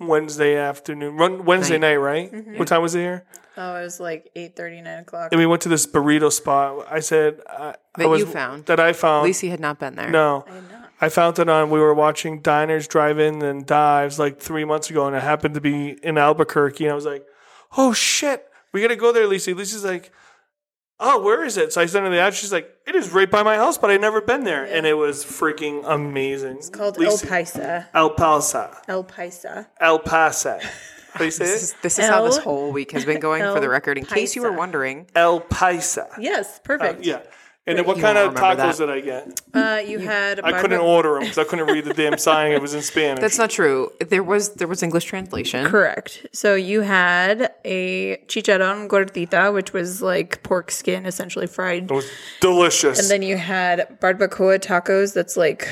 [SPEAKER 1] Wednesday afternoon, run- Wednesday night, right?
[SPEAKER 3] Mm-hmm.
[SPEAKER 1] What time was it here?
[SPEAKER 2] Oh, it was like eight thirty, nine o'clock.
[SPEAKER 1] And we went to this burrito spot. I said I, I
[SPEAKER 3] That
[SPEAKER 1] was,
[SPEAKER 3] you found.
[SPEAKER 1] that I found.
[SPEAKER 3] Lacey had not been there.
[SPEAKER 1] no,
[SPEAKER 2] I'm not.
[SPEAKER 1] I found it on. We were watching Diners, Drive-In, and Dives like three months ago, and it happened to be in Albuquerque. And I was like, "Oh shit, we gotta go there, Lisi." Lisi's like, "Oh, where is it?" So I sent her the ad. She's like, "It is right by my house, but I've never been there." And it was freaking amazing. It's
[SPEAKER 2] Called El Paisa.
[SPEAKER 1] El Pasa.
[SPEAKER 2] El Paisa.
[SPEAKER 1] El Pasa. How do you say
[SPEAKER 3] This
[SPEAKER 1] it?
[SPEAKER 3] is, this is how this
[SPEAKER 2] L-
[SPEAKER 3] whole week has been going for the
[SPEAKER 2] L
[SPEAKER 3] record. In case you were
[SPEAKER 2] Paisa.
[SPEAKER 3] wondering,
[SPEAKER 1] El Paisa.
[SPEAKER 2] Yes, perfect.
[SPEAKER 1] Uh, Yeah. And then what
[SPEAKER 3] You
[SPEAKER 1] kind
[SPEAKER 3] won't
[SPEAKER 1] of
[SPEAKER 3] remember
[SPEAKER 1] tacos
[SPEAKER 3] that.
[SPEAKER 1] did I get?
[SPEAKER 2] Uh, you had. A
[SPEAKER 1] I couldn't
[SPEAKER 2] barba-
[SPEAKER 1] order them because I couldn't read the damn sign. It was in Spanish.
[SPEAKER 3] that's not true. There was there was English translation.
[SPEAKER 2] Correct. So you had a chicharron gordita, which was like pork skin, essentially fried.
[SPEAKER 1] it was delicious.
[SPEAKER 2] And then you had barbacoa tacos. That's like,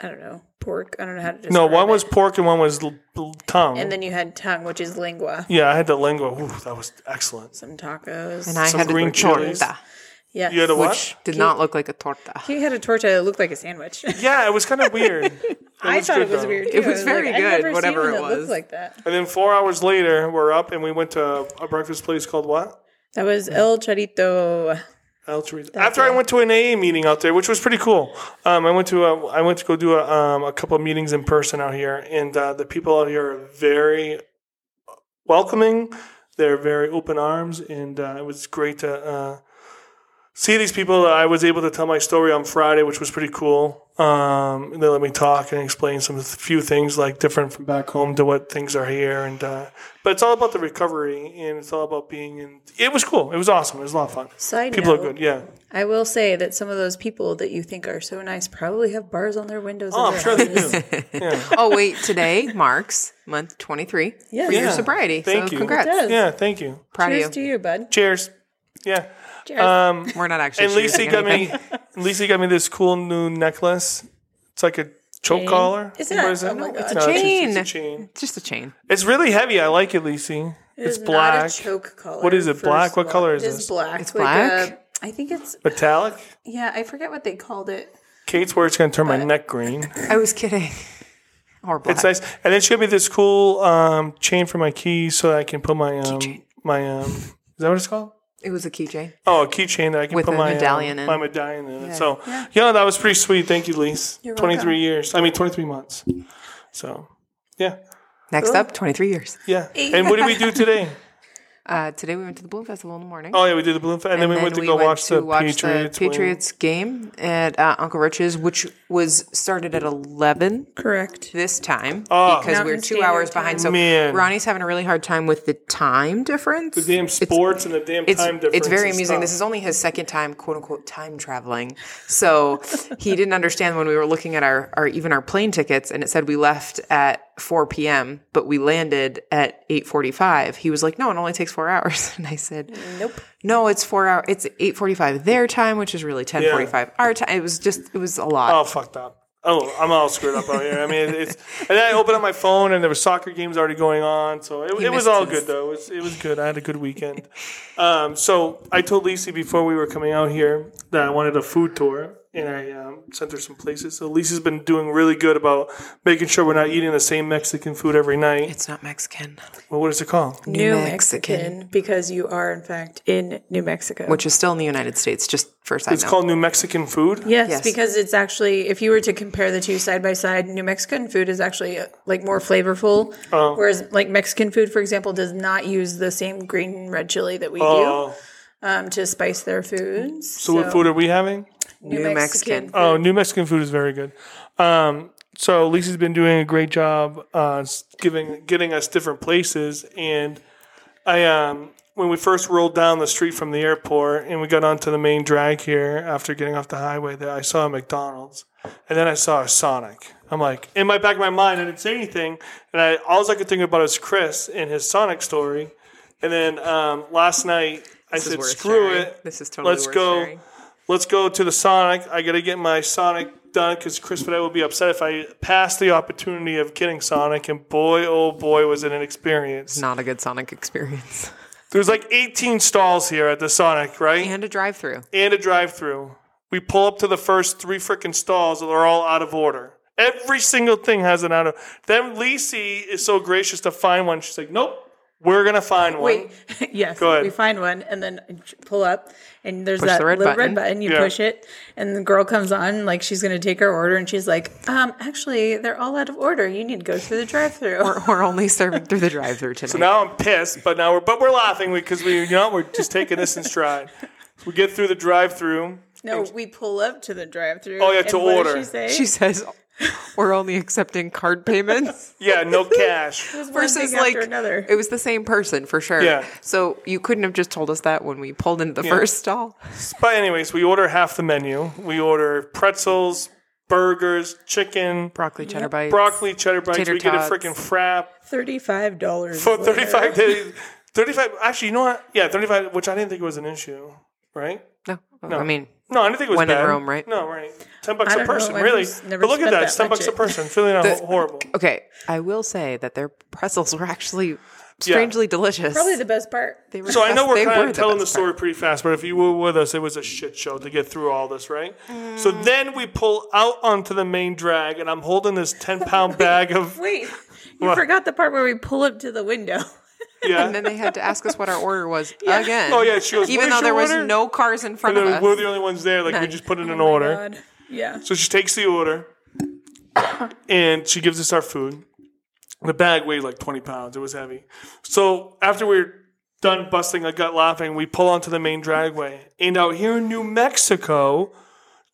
[SPEAKER 2] I don't know, pork. I don't know how to describe
[SPEAKER 1] No, one
[SPEAKER 2] it.
[SPEAKER 1] was pork and one was l- l- tongue.
[SPEAKER 2] And then you had tongue, which is lingua.
[SPEAKER 1] yeah, I had the lingua. Ooh, that was excellent.
[SPEAKER 2] Some tacos.
[SPEAKER 3] And I
[SPEAKER 1] Some
[SPEAKER 3] had
[SPEAKER 1] green
[SPEAKER 3] a
[SPEAKER 1] chilies.
[SPEAKER 3] torta,
[SPEAKER 2] yes.
[SPEAKER 1] You had a what?
[SPEAKER 3] which did not look like a torta.
[SPEAKER 2] He had a torta that looked like a sandwich.
[SPEAKER 1] Yeah, it was kind of weird.
[SPEAKER 2] I thought
[SPEAKER 1] good,
[SPEAKER 2] it was
[SPEAKER 1] though.
[SPEAKER 2] weird. too.
[SPEAKER 3] It
[SPEAKER 2] I
[SPEAKER 3] was very
[SPEAKER 2] I've
[SPEAKER 3] good,
[SPEAKER 2] never seen
[SPEAKER 3] whatever
[SPEAKER 2] one
[SPEAKER 3] it
[SPEAKER 2] that looked
[SPEAKER 3] was.
[SPEAKER 2] like that.
[SPEAKER 1] And then four hours later, we're up and we went to a breakfast place called what?
[SPEAKER 2] That was El Charito.
[SPEAKER 1] El Chorizo. After I went to an AA meeting out there, which was pretty cool. Um, I went to a, I went to go do a, um, a couple of meetings in person out here, and uh, the people out here are very welcoming. They're very open arms, and uh, it was great to uh, see these people. I was able to tell my story on Friday, which was pretty cool. Um, and they let me talk and explain some few things like different from back home to what things are here, and uh, but it's all about the recovery and it's all about being in. It was cool. It was awesome. It was a lot of fun.
[SPEAKER 2] Side
[SPEAKER 1] People
[SPEAKER 2] note,
[SPEAKER 1] are good. Yeah.
[SPEAKER 2] I will say that some of those people that you think are so nice probably have bars on their windows.
[SPEAKER 1] Oh,
[SPEAKER 2] of
[SPEAKER 1] I'm
[SPEAKER 2] their
[SPEAKER 1] sure they
[SPEAKER 2] houses.
[SPEAKER 1] do.
[SPEAKER 3] oh wait, today marks month 23 for
[SPEAKER 2] Yeah.
[SPEAKER 3] your sobriety.
[SPEAKER 1] Thank
[SPEAKER 3] so
[SPEAKER 1] you.
[SPEAKER 3] congrats.
[SPEAKER 2] It does.
[SPEAKER 1] Yeah. Thank you.
[SPEAKER 3] Proud
[SPEAKER 2] Cheers
[SPEAKER 3] of
[SPEAKER 2] to
[SPEAKER 3] you.
[SPEAKER 2] you, bud.
[SPEAKER 1] Cheers. Yeah.
[SPEAKER 2] Cheers.
[SPEAKER 1] Um,
[SPEAKER 3] We're not actually.
[SPEAKER 1] and Lisi
[SPEAKER 3] cheersing
[SPEAKER 1] got
[SPEAKER 3] anything.
[SPEAKER 1] me. Lisi got me this cool new necklace. It's like a choke collar.
[SPEAKER 2] It's
[SPEAKER 1] What
[SPEAKER 2] not-
[SPEAKER 1] is it?
[SPEAKER 2] oh my God.
[SPEAKER 1] It's
[SPEAKER 2] It's a
[SPEAKER 1] not, it's just-
[SPEAKER 3] chain.
[SPEAKER 1] It's, a chain.
[SPEAKER 3] Just a chain.
[SPEAKER 1] It's really heavy. I like it, Lisi. it's
[SPEAKER 2] It's
[SPEAKER 1] black.
[SPEAKER 2] Not a choke collar.
[SPEAKER 1] What is it,
[SPEAKER 2] first
[SPEAKER 1] black?
[SPEAKER 2] of
[SPEAKER 1] What
[SPEAKER 2] all.
[SPEAKER 1] color is
[SPEAKER 2] it? Is
[SPEAKER 1] this?
[SPEAKER 2] black.
[SPEAKER 3] It's
[SPEAKER 2] like
[SPEAKER 3] black?
[SPEAKER 2] a- I think it's.
[SPEAKER 1] Metallic.
[SPEAKER 2] Yeah, I forget what they called it.
[SPEAKER 1] Kate's where it's gonna turn my neck green.
[SPEAKER 3] I was kidding. Or black.
[SPEAKER 1] It's nice. And then she got me this cool um, chain for my keys so I can put my um, my um, is that what it's called?
[SPEAKER 3] It was a keychain.
[SPEAKER 1] Oh, a keychain that I can
[SPEAKER 3] With
[SPEAKER 1] put
[SPEAKER 3] a
[SPEAKER 1] my uh,
[SPEAKER 3] medallion in.
[SPEAKER 1] my medallion in. it.
[SPEAKER 3] Yeah.
[SPEAKER 1] So yeah. that was pretty sweet. Thank you, Lise.
[SPEAKER 2] You're
[SPEAKER 1] Twenty
[SPEAKER 2] welcome.
[SPEAKER 1] three years. I mean, twenty three months. So yeah,
[SPEAKER 3] Next
[SPEAKER 2] Oh.
[SPEAKER 3] up, 23 years.
[SPEAKER 1] yeah. And what did we do today?
[SPEAKER 3] Uh, today we went to the Balloon Festival in the morning.
[SPEAKER 1] Oh yeah, we did the balloon, fa- and, then we went to go watch the Patriots. win.
[SPEAKER 3] Patriots game at uh, Uncle Rich's, which was started at 11
[SPEAKER 2] Correct.
[SPEAKER 3] this time
[SPEAKER 1] Oh.
[SPEAKER 3] because we're
[SPEAKER 2] Mountain
[SPEAKER 3] two
[SPEAKER 2] Standard
[SPEAKER 3] hours behind. So
[SPEAKER 1] Man.
[SPEAKER 3] Ronnie's having a really hard time with the time difference.
[SPEAKER 1] The damn sports and the damn
[SPEAKER 3] it's,
[SPEAKER 1] time Oh. difference. uh,
[SPEAKER 3] it's very
[SPEAKER 1] and
[SPEAKER 3] amusing.
[SPEAKER 1] stuff.
[SPEAKER 3] This is only his second time, quote unquote, time traveling. So he didn't understand when we were looking at our, our even our plane tickets, and it said we left at 4 p.m., but we landed at 8:45. He was like, "No, it only takes four hours," and I said,
[SPEAKER 2] Nope.
[SPEAKER 3] "No, it's four hours. It's 8:45 their time, which is really 10:45 our time." It was just, it was a lot.
[SPEAKER 1] all fucked up. Oh, I'm all screwed up out here. I mean, it's and then I opened up my phone and there were soccer games already going on, so it, it was
[SPEAKER 3] missed
[SPEAKER 1] all
[SPEAKER 3] his-
[SPEAKER 1] good though. It was, it was good. I had a good weekend. Um, so I told Lisi before we were coming out here that I wanted a food tour, and I um, sent her some places. So Lisi's been doing really good about making sure we're not eating the same Mexican food every night.
[SPEAKER 3] It's not Mexican,
[SPEAKER 1] Well, what is it called?
[SPEAKER 2] New
[SPEAKER 3] Mexican.
[SPEAKER 2] Mexican. because you are in fact in New Mexico.
[SPEAKER 3] which is still in the United States. Just for a side
[SPEAKER 1] It's
[SPEAKER 3] note.
[SPEAKER 1] called New Mexican food.
[SPEAKER 2] yes,
[SPEAKER 3] Yes.
[SPEAKER 2] because it's actually if you were to compare the two side by side, New Mexican food is actually uh, like more flavorful,
[SPEAKER 1] Oh.
[SPEAKER 2] whereas like Mexican food, for example, does not use the same green and red chili that we
[SPEAKER 1] Oh,
[SPEAKER 2] do um, to spice their foods.
[SPEAKER 1] so what food are we having?
[SPEAKER 2] New,
[SPEAKER 3] Mexican.
[SPEAKER 1] Oh, New Mexican food is very good. Um, so Lisa's been doing a great job uh, s- giving getting us different places, and I um, when we first rolled down the street from the airport and we got onto the main drag here after getting off the highway, there I saw a McDonald's, and then I saw a Sonic. I'm like in my back of my mind, I didn't say anything, and I all I could think about is Chris and his Sonic story, and then um, last night. I
[SPEAKER 3] is
[SPEAKER 1] said,
[SPEAKER 3] worth
[SPEAKER 1] "Screw
[SPEAKER 3] sharing.
[SPEAKER 1] it.
[SPEAKER 3] This is totally
[SPEAKER 1] Let's
[SPEAKER 3] worth
[SPEAKER 1] go
[SPEAKER 3] sharing.
[SPEAKER 1] let's go to the Sonic. I got to get my Sonic done because Chris Fidel will be upset if I pass the opportunity of getting Sonic. And boy, oh boy, was it an experience.
[SPEAKER 3] Not a good Sonic experience.
[SPEAKER 1] There's like 18 stalls here at the Sonic, right?
[SPEAKER 3] And a drive-through.
[SPEAKER 1] And a drive through. We pull up to the first three freaking stalls and they're all out of order. Every single thing has an out of. Then Lisi is so gracious to find one. She's like, nope, we're going to find one.
[SPEAKER 2] Wait, yes.
[SPEAKER 1] Go ahead.
[SPEAKER 2] We find one and then pull up, and there's that
[SPEAKER 3] the red
[SPEAKER 2] little red
[SPEAKER 3] button.
[SPEAKER 2] button. You
[SPEAKER 1] Yeah.
[SPEAKER 2] push it, and the girl comes on, like she's going to take her order, and she's like, um, actually, they're all out of order. You need to go through the drive through.
[SPEAKER 3] We're, we're only serving through the drive-through tonight.
[SPEAKER 1] So now I'm pissed, but now we're but we're laughing because we you know we're just taking this in stride. We get through the drive-through.
[SPEAKER 2] No, we pull up to the drive through.
[SPEAKER 1] Oh, yeah, to
[SPEAKER 2] what
[SPEAKER 1] order.
[SPEAKER 2] Does she say?
[SPEAKER 3] she says we're only accepting card payments
[SPEAKER 1] Yeah, no cash.
[SPEAKER 3] versus like
[SPEAKER 2] another.
[SPEAKER 3] it was the same person for sure.
[SPEAKER 1] Yeah.
[SPEAKER 3] So you couldn't have just told us that when we pulled into the first stall.
[SPEAKER 1] But anyways, we order half the menu. We order pretzels, burgers, chicken,
[SPEAKER 3] Broccoli cheddar bites.
[SPEAKER 1] broccoli, cheddar bites.
[SPEAKER 3] Tater
[SPEAKER 1] we get a
[SPEAKER 3] tots.
[SPEAKER 1] freaking frap
[SPEAKER 2] Thirty-five dollars
[SPEAKER 1] for 35 days. 35 actually, you know what? Yeah, 35 which I didn't think was an issue, right?
[SPEAKER 3] no, I mean
[SPEAKER 1] No, I didn't think it was
[SPEAKER 3] When in
[SPEAKER 1] bad.
[SPEAKER 3] Rome, right?
[SPEAKER 1] No, right. 10 bucks
[SPEAKER 2] I
[SPEAKER 1] a
[SPEAKER 2] don't know.
[SPEAKER 1] person,
[SPEAKER 2] I've
[SPEAKER 1] really.
[SPEAKER 2] just never
[SPEAKER 1] But look at
[SPEAKER 2] spent
[SPEAKER 1] that,
[SPEAKER 2] that
[SPEAKER 1] it's 10
[SPEAKER 2] much
[SPEAKER 1] bucks a
[SPEAKER 2] in-
[SPEAKER 1] person. Feeling ho- horrible.
[SPEAKER 3] okay. I will say that their pretzels were actually strangely delicious.
[SPEAKER 2] Probably the best part.
[SPEAKER 3] They were
[SPEAKER 1] So I
[SPEAKER 3] the
[SPEAKER 1] know
[SPEAKER 3] best-
[SPEAKER 1] we're
[SPEAKER 3] they
[SPEAKER 1] kind
[SPEAKER 3] were
[SPEAKER 1] of telling the
[SPEAKER 3] best
[SPEAKER 1] story pretty fast, but if you were with us, it was a shit show to get through all this, right? So
[SPEAKER 3] Mm.
[SPEAKER 1] then we pull out onto the main drag, and I'm holding this 10 pound bag of.
[SPEAKER 2] Wait, you forgot the part where we pull up to the window.
[SPEAKER 3] part.
[SPEAKER 1] Yeah.
[SPEAKER 3] And then they had to ask us what our order was again.
[SPEAKER 1] Oh, yeah, she goes, "What
[SPEAKER 3] Even though
[SPEAKER 1] is
[SPEAKER 3] there
[SPEAKER 1] your
[SPEAKER 3] was
[SPEAKER 1] order?"
[SPEAKER 3] no cars in front
[SPEAKER 1] And
[SPEAKER 3] of
[SPEAKER 1] then
[SPEAKER 3] us. Oh
[SPEAKER 1] we're the only ones there. Like, we just put in an order.
[SPEAKER 2] Oh God. Yeah.
[SPEAKER 1] So she takes the order and she gives us our food. The bag weighed like 20 pounds. It was heavy. So after we're done busting a gut laughing, we pull onto the main dragway. And out here in New Mexico,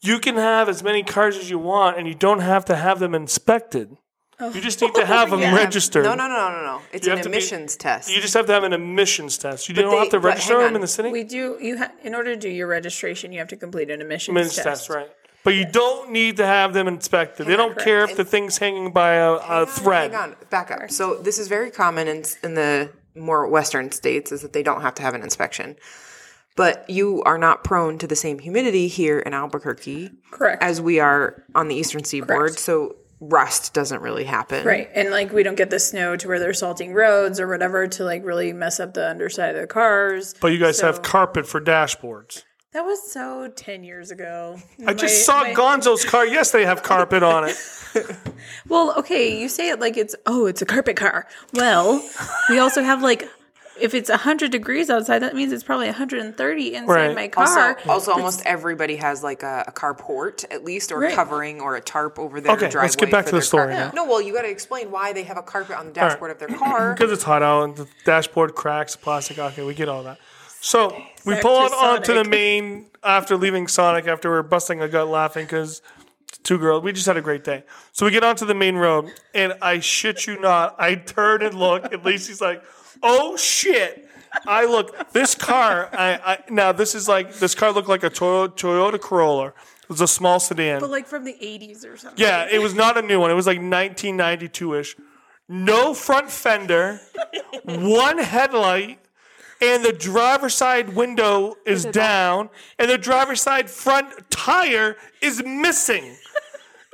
[SPEAKER 1] you can have as many cars as you want and you don't have to have them inspected. You just need to have them
[SPEAKER 2] Yeah.
[SPEAKER 1] registered.
[SPEAKER 3] Oh. Um, no, no, no, no, no. It's
[SPEAKER 1] You
[SPEAKER 3] an
[SPEAKER 1] have to be-
[SPEAKER 3] emissions test.
[SPEAKER 1] You just have to have an emissions test. You don't
[SPEAKER 3] they-
[SPEAKER 1] have to
[SPEAKER 3] but
[SPEAKER 1] register
[SPEAKER 3] hang
[SPEAKER 1] them
[SPEAKER 3] on.
[SPEAKER 1] in the city?
[SPEAKER 2] We do. You ha- in order to do your registration, you have to complete an emissions,
[SPEAKER 1] emissions
[SPEAKER 2] test.
[SPEAKER 1] test. right. But you don't need to have them inspected. They don't care if the thing's hanging by a, a thread.
[SPEAKER 3] Hang on, back up. So this is very common in in the more western states is that they don't have to have an inspection. But you are not prone to the same humidity here in Albuquerque
[SPEAKER 2] Correct.
[SPEAKER 3] as we are on the eastern seaboard, so rust doesn't really happen.
[SPEAKER 2] Right, and like we don't get the snow to where they're salting roads or whatever to like really mess up the underside of the cars.
[SPEAKER 1] But you guys have carpet for dashboards.
[SPEAKER 2] That was so ten years ago.
[SPEAKER 1] I just saw Gonzo's car. Yes, they have carpet on it.
[SPEAKER 2] Well, okay, you say it like it's oh, it's a carpet car. Well, we also have like if it's 100 degrees outside, that means it's probably 130 inside
[SPEAKER 1] Right.
[SPEAKER 2] my
[SPEAKER 4] Also,
[SPEAKER 2] car.
[SPEAKER 4] also almost everybody has like a, a carport at least, or
[SPEAKER 2] Right.
[SPEAKER 4] a covering, or a tarp over their
[SPEAKER 1] Okay,
[SPEAKER 4] driveway.
[SPEAKER 1] let's get back
[SPEAKER 4] for
[SPEAKER 1] to the
[SPEAKER 4] their
[SPEAKER 1] story
[SPEAKER 4] car.
[SPEAKER 1] now.
[SPEAKER 4] No, well, you got to explain why they have a carpet on the dashboard of their car.
[SPEAKER 1] Because it's hot out and the dashboard cracks, plastic. Okay, we get all that. So we
[SPEAKER 2] Back
[SPEAKER 1] pull
[SPEAKER 2] to
[SPEAKER 1] on onto the
[SPEAKER 2] Sonic.
[SPEAKER 1] main after leaving Sonic after we're busting a gut laughing because two girls, we just had a great day. So we get onto the main road and I shit you not, I turn and look and Lacey's like, oh shit. I look, this car, I, I now this is like, this car looked like a Toyo- Toyota Corolla. It was a small sedan.
[SPEAKER 2] But like from the 80s or something.
[SPEAKER 1] Yeah, it was not a new one. It was like 1992 ish. No front fender, one headlight, and the driver's side window is down, and the driver's side front tire is missing.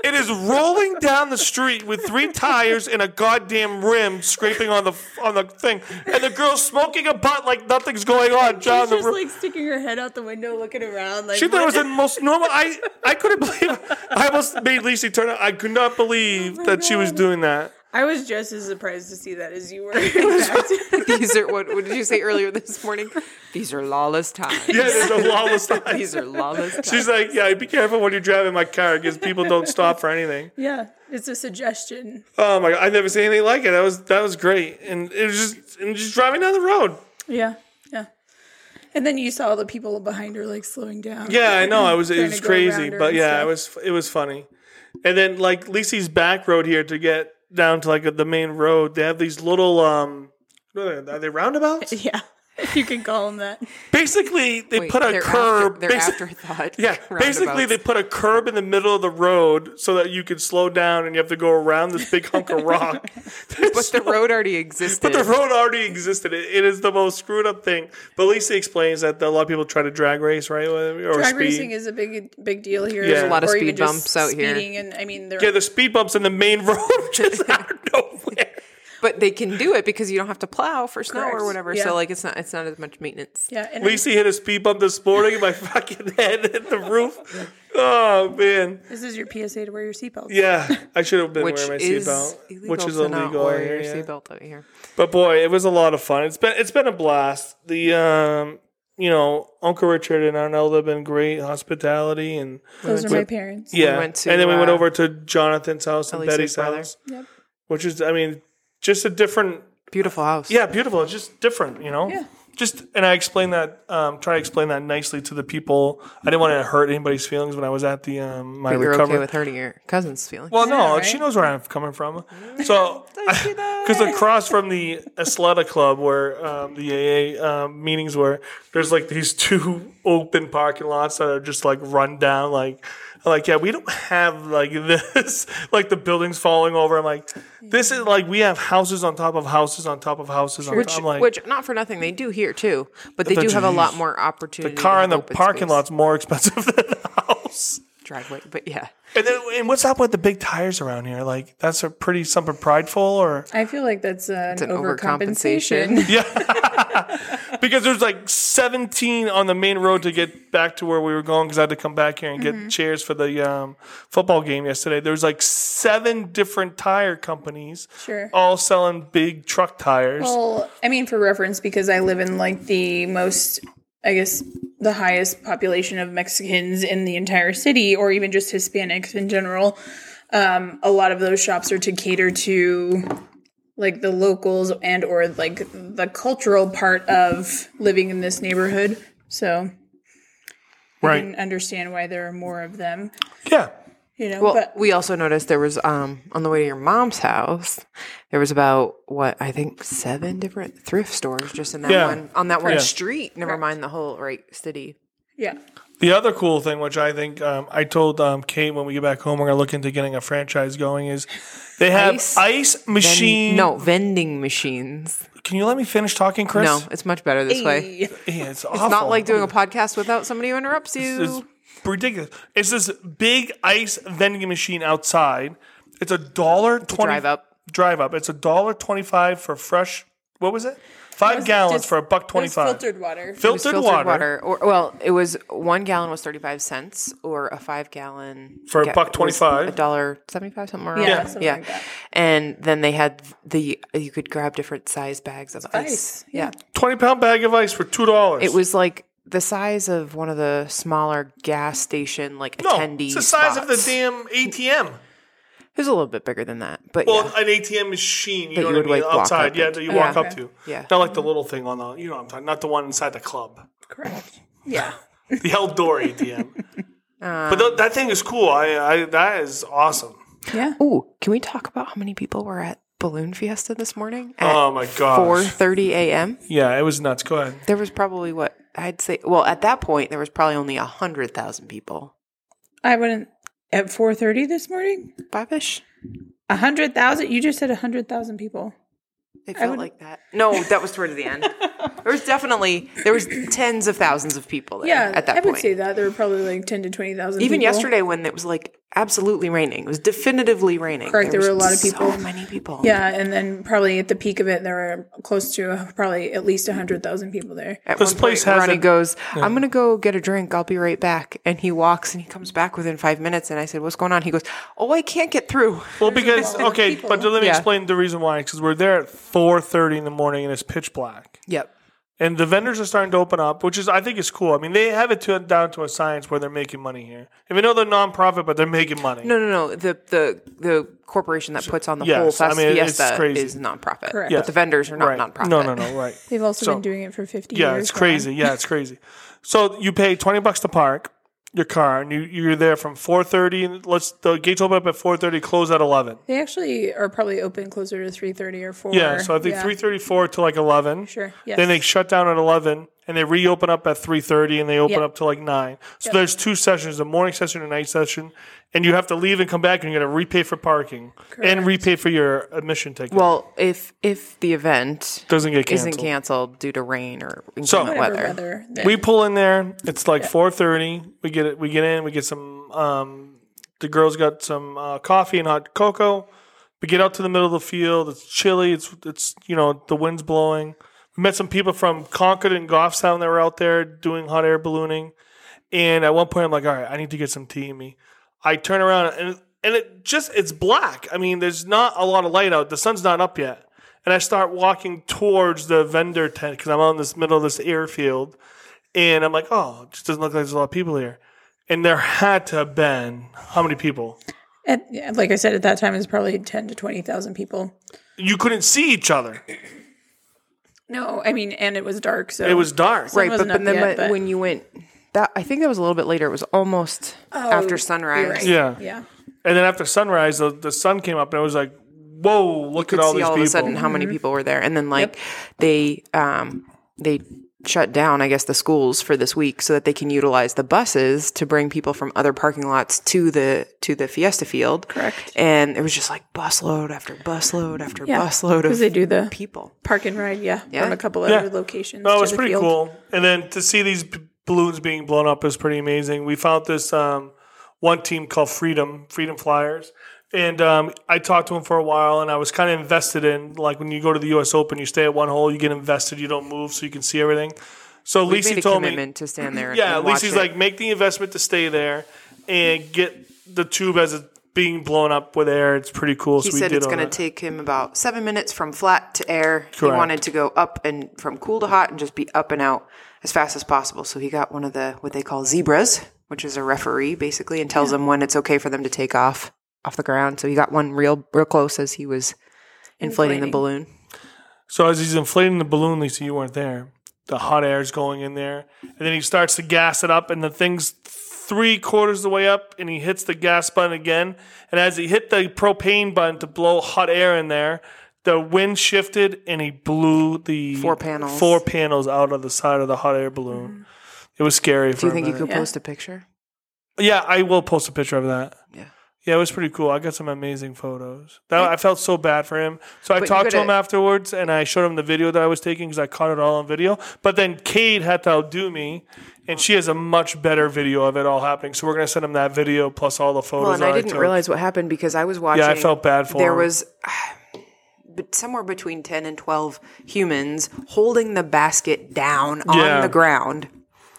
[SPEAKER 1] It is rolling down the street with three tires and a goddamn rim scraping on the on the thing, and the girl's smoking a butt like nothing's going on. John,
[SPEAKER 2] She's
[SPEAKER 1] the
[SPEAKER 2] just
[SPEAKER 1] ro-
[SPEAKER 2] like sticking her head out the window, looking around. Like
[SPEAKER 1] she thought it was
[SPEAKER 2] what-
[SPEAKER 1] the most normal. I I couldn't believe. I almost made Lacey turn. I could not believe
[SPEAKER 2] Oh
[SPEAKER 1] that she was doing that.
[SPEAKER 2] I was just as surprised to see that as you were. in fact.
[SPEAKER 3] These are what, what did you say earlier this morning? These are lawless times.
[SPEAKER 1] Yeah, there's a lawless time.
[SPEAKER 3] These are lawless times.
[SPEAKER 1] She's like, yeah, be careful when you're driving my car because people don't stop for anything.
[SPEAKER 2] yeah, it's a suggestion.
[SPEAKER 1] Oh my god, I've never seen anything like it. That was that was great, and it was just and just driving down the road.
[SPEAKER 2] Yeah, yeah. And then you saw the people behind her like slowing down.
[SPEAKER 1] Yeah, I know. I was it
[SPEAKER 2] Trying to
[SPEAKER 1] was
[SPEAKER 2] go
[SPEAKER 1] crazy,
[SPEAKER 2] around her
[SPEAKER 1] but
[SPEAKER 2] and
[SPEAKER 1] yeah,
[SPEAKER 2] stuff.
[SPEAKER 1] it was it was funny. And then like Lacey's back road here to get down to like the main road, they have these little um, what are they, are they roundabouts?
[SPEAKER 2] yeah. If you can call them that.
[SPEAKER 1] basically they
[SPEAKER 3] Wait,
[SPEAKER 1] put a
[SPEAKER 3] they're
[SPEAKER 1] curb
[SPEAKER 3] After, they're
[SPEAKER 1] basi-
[SPEAKER 3] afterthought.
[SPEAKER 1] yeah basically they
[SPEAKER 3] roundabouts.
[SPEAKER 1] put a curb in the middle of the road so that you can slow down and you have to go around this big hunk of rock
[SPEAKER 3] But the road already existed.
[SPEAKER 1] but the road already existed it, it is the most screwed up thing but lisa explains that a lot of people try to drag race right or
[SPEAKER 2] Drag
[SPEAKER 1] speed
[SPEAKER 2] racing is a big big deal here.
[SPEAKER 1] There's a lot
[SPEAKER 3] of
[SPEAKER 2] Or
[SPEAKER 3] speed
[SPEAKER 2] even just
[SPEAKER 3] bumps out here.
[SPEAKER 2] speeding And I mean, they're,
[SPEAKER 1] yeah the speed bumps in the main road just out of nowhere
[SPEAKER 3] But they can do it because you don't have to plow for snow
[SPEAKER 2] Correct.
[SPEAKER 3] or whatever.
[SPEAKER 2] Yeah.
[SPEAKER 3] So like it's not it's not as much maintenance.
[SPEAKER 2] yeah. And
[SPEAKER 1] Lisa hit a speed bump this morning and my fucking head hit the roof oh man
[SPEAKER 2] this is your PSA to wear your seatbelt.
[SPEAKER 1] yeah i should have been
[SPEAKER 3] Which
[SPEAKER 1] wearing my
[SPEAKER 3] is
[SPEAKER 1] seatbelt
[SPEAKER 3] illegal
[SPEAKER 1] which is
[SPEAKER 3] to
[SPEAKER 1] illegal
[SPEAKER 3] not wear
[SPEAKER 1] out here,
[SPEAKER 3] your
[SPEAKER 1] yeah.
[SPEAKER 3] seatbelt out here.
[SPEAKER 1] But boy, it was a lot of fun. It's been it's been a blast. The um, you know, Uncle Richard and Arnelda have been great hospitality and
[SPEAKER 2] Those are my parents.
[SPEAKER 1] yeah.
[SPEAKER 3] went to,
[SPEAKER 1] and then we went
[SPEAKER 3] uh,
[SPEAKER 1] over to Jonathan's house and
[SPEAKER 3] Elise's
[SPEAKER 1] Betty's
[SPEAKER 3] brother.
[SPEAKER 1] house,
[SPEAKER 2] Yep.
[SPEAKER 1] which is I mean, just a different
[SPEAKER 3] Beautiful house.
[SPEAKER 1] yeah, beautiful. It's just different, you know.
[SPEAKER 2] Yeah.
[SPEAKER 1] Just and I explained that um, try to explain that nicely to the people. I didn't want to hurt anybody's feelings when I was at the um, my
[SPEAKER 3] But you're
[SPEAKER 1] recovery.
[SPEAKER 3] okay with hurting your cousin's feelings.
[SPEAKER 1] Well, no,
[SPEAKER 2] Yeah, right?
[SPEAKER 1] she knows where I'm coming from. So, because across from the Asleta Club, where um, the AA um, meetings were, there's like these two open parking lots that are just like run down. Like, I'm like yeah, we don't have like this. like the buildings falling over. I'm like, this is like we have houses on top of houses on top of houses. On
[SPEAKER 3] which
[SPEAKER 1] top. I'm like,
[SPEAKER 3] which not for nothing they do here too, but they
[SPEAKER 1] But
[SPEAKER 3] do have a lot
[SPEAKER 1] geez,
[SPEAKER 3] more opportunity.
[SPEAKER 1] the car
[SPEAKER 3] to
[SPEAKER 1] in the
[SPEAKER 3] have open
[SPEAKER 1] parking
[SPEAKER 3] space.
[SPEAKER 1] lot's more expensive than the house.
[SPEAKER 3] driveway, but yeah.
[SPEAKER 1] And then, and what's up with the big tires around here? Like, that's a pretty something prideful or.
[SPEAKER 2] I feel like that's uh, an,
[SPEAKER 3] an
[SPEAKER 2] overcompensation.
[SPEAKER 3] overcompensation.
[SPEAKER 1] because there's like 17 on the main road to get back to where we were going because I had to come back here and get
[SPEAKER 2] Mm-hmm.
[SPEAKER 1] chairs for the um, football game yesterday. There's like seven different tire companies
[SPEAKER 2] Sure.
[SPEAKER 1] all selling big truck tires.
[SPEAKER 2] Well, I mean, for reference, because I live in like the most, I guess, the highest population of Mexicans in the entire city, or even just Hispanics in general. Um, a lot of those shops are to cater to like the locals and or like the cultural part of living in this neighborhood. So I can
[SPEAKER 1] right.
[SPEAKER 2] understand why there are more of them.
[SPEAKER 1] Yeah.
[SPEAKER 2] You know,
[SPEAKER 3] Well,
[SPEAKER 2] but
[SPEAKER 3] we also noticed there was um on the way to your mom's house, there was about what I think seven different thrift stores just in that
[SPEAKER 1] Yeah.
[SPEAKER 3] one on that one
[SPEAKER 1] Yeah.
[SPEAKER 3] street. Never mind the whole right city.
[SPEAKER 2] yeah.
[SPEAKER 1] The other cool thing, which I think um, I told um, Kate when we get back home, we're going to look into getting a franchise going, is they have ice,
[SPEAKER 3] Ice? Ven-
[SPEAKER 1] machine.
[SPEAKER 3] no, vending machines.
[SPEAKER 1] Can you let me finish talking, Chris?
[SPEAKER 3] No, it's much better this way.
[SPEAKER 2] Yeah.
[SPEAKER 1] Yeah, it's awful.
[SPEAKER 3] It's not like doing a podcast without somebody who interrupts
[SPEAKER 1] It's
[SPEAKER 3] you.
[SPEAKER 1] ridiculous. It's this big ice vending machine outside. It's a dollar twenty
[SPEAKER 3] drive up.
[SPEAKER 1] Drive up. It's a dollar twenty five for fresh. What was it? Five
[SPEAKER 2] was
[SPEAKER 1] gallons
[SPEAKER 2] just-
[SPEAKER 1] for a buck
[SPEAKER 2] it was
[SPEAKER 1] twenty-five.
[SPEAKER 2] Filtered water.
[SPEAKER 3] It was
[SPEAKER 1] Filtered, water,
[SPEAKER 3] or well, it was one gallon was thirty five cents, or a five gallon
[SPEAKER 1] For a
[SPEAKER 3] ga-
[SPEAKER 1] buck
[SPEAKER 3] was
[SPEAKER 1] 25.
[SPEAKER 3] a dollar seventy five something around.
[SPEAKER 2] Yeah,
[SPEAKER 3] there.
[SPEAKER 2] something
[SPEAKER 3] yeah.
[SPEAKER 2] like that.
[SPEAKER 3] And then they had the you could grab different size bags of ice.
[SPEAKER 2] ice,
[SPEAKER 3] Yeah.
[SPEAKER 1] twenty-pound bag of ice for two dollars.
[SPEAKER 3] it was like the size of one of the smaller gas station like
[SPEAKER 1] no,
[SPEAKER 3] attendees.
[SPEAKER 1] it's the size of the
[SPEAKER 3] spots.
[SPEAKER 1] damn ATM.
[SPEAKER 3] It was a little bit bigger than that, but
[SPEAKER 1] Well,
[SPEAKER 3] yeah.
[SPEAKER 1] an ATM machine, you
[SPEAKER 3] That
[SPEAKER 1] know what
[SPEAKER 3] you would,
[SPEAKER 1] I mean,
[SPEAKER 3] like, walk
[SPEAKER 1] outside,
[SPEAKER 3] up
[SPEAKER 1] yeah,
[SPEAKER 3] into.
[SPEAKER 1] that you
[SPEAKER 2] Yeah.
[SPEAKER 1] walk up
[SPEAKER 2] Okay.
[SPEAKER 1] to,
[SPEAKER 3] Yeah.
[SPEAKER 1] not like the little thing on the, you know, what I'm talking, not the one inside the club,
[SPEAKER 2] Correct. Yeah.
[SPEAKER 1] the outdoor ATM.
[SPEAKER 3] Uh.
[SPEAKER 1] but th- that thing is cool. I, I that is awesome.
[SPEAKER 2] Yeah.
[SPEAKER 3] Ooh, can we talk about how many people were at Balloon Fiesta this morning? At
[SPEAKER 1] Oh my gosh.
[SPEAKER 3] Four thirty a.m.
[SPEAKER 1] Yeah, it was nuts. Go ahead.
[SPEAKER 3] There was probably what I'd say. Well, at that point, there was probably only a hundred thousand people.
[SPEAKER 2] I wouldn't at 4:30 this morning.
[SPEAKER 3] Five ish.
[SPEAKER 2] A hundred thousand. You just said a hundred thousand people.
[SPEAKER 3] It felt
[SPEAKER 2] would-
[SPEAKER 3] like that. No, that was toward the end. there was definitely there was tens of thousands of people there
[SPEAKER 2] Yeah,
[SPEAKER 3] at that
[SPEAKER 2] I
[SPEAKER 3] point.
[SPEAKER 2] would say that there were probably like ten to twenty thousand.
[SPEAKER 3] Even yesterday when it was like absolutely raining, it was definitively raining.
[SPEAKER 2] Correct, there
[SPEAKER 3] was
[SPEAKER 2] were a lot of people.
[SPEAKER 3] So many people.
[SPEAKER 2] Yeah, and then probably at the peak of it, there were close to uh, probably at least hundred thousand people there.
[SPEAKER 3] At
[SPEAKER 1] This
[SPEAKER 3] one
[SPEAKER 1] place
[SPEAKER 3] point,
[SPEAKER 1] has
[SPEAKER 3] Ronnie
[SPEAKER 1] a-
[SPEAKER 3] goes, I'm going to go get a drink. I'll be right back. And he walks and he comes back within five minutes. And I said, What's going on? He goes, Oh, I can't get through.
[SPEAKER 1] Well, because okay,
[SPEAKER 2] people.
[SPEAKER 1] but let me
[SPEAKER 3] Yeah.
[SPEAKER 1] explain the reason why. Because we're there at four thirty in the morning and it's pitch black.
[SPEAKER 3] Yep.
[SPEAKER 1] and the vendors are starting to open up, which is I think is cool. I mean, they have it to, down to a science where they're making money here. Even though they're nonprofit, but they're making money.
[SPEAKER 3] No, no, no. The the the corporation that puts on the
[SPEAKER 1] Yes,
[SPEAKER 3] whole fest,
[SPEAKER 1] I mean, it's
[SPEAKER 3] fiesta
[SPEAKER 1] crazy.
[SPEAKER 3] is nonprofit.
[SPEAKER 2] Correct.
[SPEAKER 1] Yeah.
[SPEAKER 3] But the vendors are not
[SPEAKER 1] right?
[SPEAKER 3] nonprofit.
[SPEAKER 1] No, no, no. Right.
[SPEAKER 2] They've also
[SPEAKER 1] So-
[SPEAKER 2] been doing it for fifty years.
[SPEAKER 1] Yeah, it's crazy. Yeah, it's crazy. So you pay twenty bucks to park your car, and you you're there from four thirty. Let's the gates open up at four thirty, close at eleven.
[SPEAKER 2] They actually are probably open closer to three thirty or four.
[SPEAKER 1] Yeah, so I think three thirty four to like eleven.
[SPEAKER 2] Sure,
[SPEAKER 1] Then they
[SPEAKER 2] yes.
[SPEAKER 1] shut down at eleven, and they reopen up at three thirty, and they open
[SPEAKER 2] Yep.
[SPEAKER 1] up to like nine. So there's two sessions: a morning session and a night session, and you have to leave and come back, and you got to repay for parking and repay for your admission ticket.
[SPEAKER 3] Well, if if the event
[SPEAKER 1] Doesn't get
[SPEAKER 3] isn't
[SPEAKER 1] canceled.
[SPEAKER 3] canceled due to rain or inclement
[SPEAKER 2] Whatever
[SPEAKER 3] weather.
[SPEAKER 2] weather.
[SPEAKER 1] we pull in there. It's like four thirty. We get it. We get in. We get some. Um, the girls got some uh, coffee and hot cocoa. We get out to the middle of the field. It's chilly. It's it's you know the wind's blowing. We met some people from Concord and Goffstown that were out there doing hot air ballooning. And at one point, I'm like, all right, I need to get some tea in me. I turn around and and it just it's black. I mean, there's not a lot of light out. The sun's not up yet. And I start walking towards the vendor tent because I'm on this middle of this airfield. And I'm like, oh, it just doesn't look like there's a lot of people here. And there had to have been how many people?
[SPEAKER 2] At, yeah, like I said, at that time, it's probably ten to twenty thousand people.
[SPEAKER 1] You couldn't see each other.
[SPEAKER 2] No, I mean, and it was dark, so
[SPEAKER 1] It was dark.
[SPEAKER 3] right, but,
[SPEAKER 2] wasn't
[SPEAKER 3] but
[SPEAKER 2] up
[SPEAKER 3] then
[SPEAKER 2] yet,
[SPEAKER 3] when-
[SPEAKER 2] but-
[SPEAKER 3] when you went, that I think that was a little bit later. It was almost after sunrise.
[SPEAKER 2] Oh, You're right.
[SPEAKER 1] Yeah.
[SPEAKER 2] yeah.
[SPEAKER 1] And then after sunrise, the, the sun came up and it was like, whoa, look at
[SPEAKER 3] could
[SPEAKER 1] all
[SPEAKER 3] see
[SPEAKER 1] these
[SPEAKER 3] all
[SPEAKER 1] people.
[SPEAKER 3] of a sudden how
[SPEAKER 2] Mm-hmm.
[SPEAKER 3] many people were there, and then like they um, they shut down, I guess, the schools for this week so that they can utilize the buses to bring people from other parking lots to the to the Fiesta Field. Correct. And it was just like busload after busload after
[SPEAKER 2] Yeah,
[SPEAKER 3] busload
[SPEAKER 2] because
[SPEAKER 3] of
[SPEAKER 2] they do the
[SPEAKER 3] people.
[SPEAKER 2] park and ride, yeah, from a couple
[SPEAKER 1] Yeah.
[SPEAKER 2] other locations.
[SPEAKER 1] No,
[SPEAKER 2] to
[SPEAKER 1] Oh, it was
[SPEAKER 2] the
[SPEAKER 1] pretty
[SPEAKER 2] field.
[SPEAKER 1] cool. And then to see these b- balloons being blown up is pretty amazing. We found this um, one team called Freedom, Freedom Flyers. And um, I talked to him for a while, and I was kind of invested in like when you go to the U.S. Open, you stay at one hole, you get invested, you don't move, so you can see everything. So
[SPEAKER 3] We made
[SPEAKER 1] Lisi
[SPEAKER 3] a
[SPEAKER 1] told me,
[SPEAKER 3] commitment to stand there.
[SPEAKER 1] yeah,
[SPEAKER 3] and
[SPEAKER 1] at least
[SPEAKER 3] watch
[SPEAKER 1] he's
[SPEAKER 3] it.
[SPEAKER 1] like make the investment to stay there and get the tube as it's being blown up with air. It's pretty cool.
[SPEAKER 3] He
[SPEAKER 1] so we
[SPEAKER 3] said
[SPEAKER 1] did
[SPEAKER 3] it's
[SPEAKER 1] all
[SPEAKER 3] going to
[SPEAKER 1] that.
[SPEAKER 3] take him about seven minutes from flat to air. He
[SPEAKER 1] Correct.
[SPEAKER 3] wanted to go up and from cool to hot and just be up and out as fast as possible. So he got one of the what they call zebras, which is a referee basically, and tells them when it's okay for them to take off off the ground. So he got one real real close as he was inflating, the balloon.
[SPEAKER 1] So as he's inflating the balloon, Lisa, you weren't there. The hot air is going in there, and then he starts to gas it up, and the thing's three quarters of the way up, and he hits the gas button again. And as he hit the propane button to blow hot air in there, the wind shifted, and he blew the
[SPEAKER 3] Four panels. Mm.
[SPEAKER 1] four panels out of the side of the hot air balloon. It was scary. For
[SPEAKER 3] Do you
[SPEAKER 1] a
[SPEAKER 3] think you
[SPEAKER 1] minute.
[SPEAKER 3] could post a picture?
[SPEAKER 1] Yeah, I will post a picture of that.
[SPEAKER 3] Yeah.
[SPEAKER 1] Yeah, it was pretty cool. I got some amazing photos. That, I felt so bad for him. So I
[SPEAKER 3] But you
[SPEAKER 1] talked to
[SPEAKER 3] gotta-
[SPEAKER 1] him afterwards and I showed him the video that I was taking because I caught it all on video. But then Cade had to outdo me and she has a much better video of it all happening. So we're going to send him that video plus all the photos.
[SPEAKER 3] Well, and
[SPEAKER 1] that
[SPEAKER 3] I didn't
[SPEAKER 1] took.
[SPEAKER 3] realize what happened because I was watching.
[SPEAKER 1] Yeah, I felt bad for
[SPEAKER 3] There
[SPEAKER 1] him.
[SPEAKER 3] was b- somewhere between 10 and 12 humans holding the basket down
[SPEAKER 1] Yeah.
[SPEAKER 3] on the ground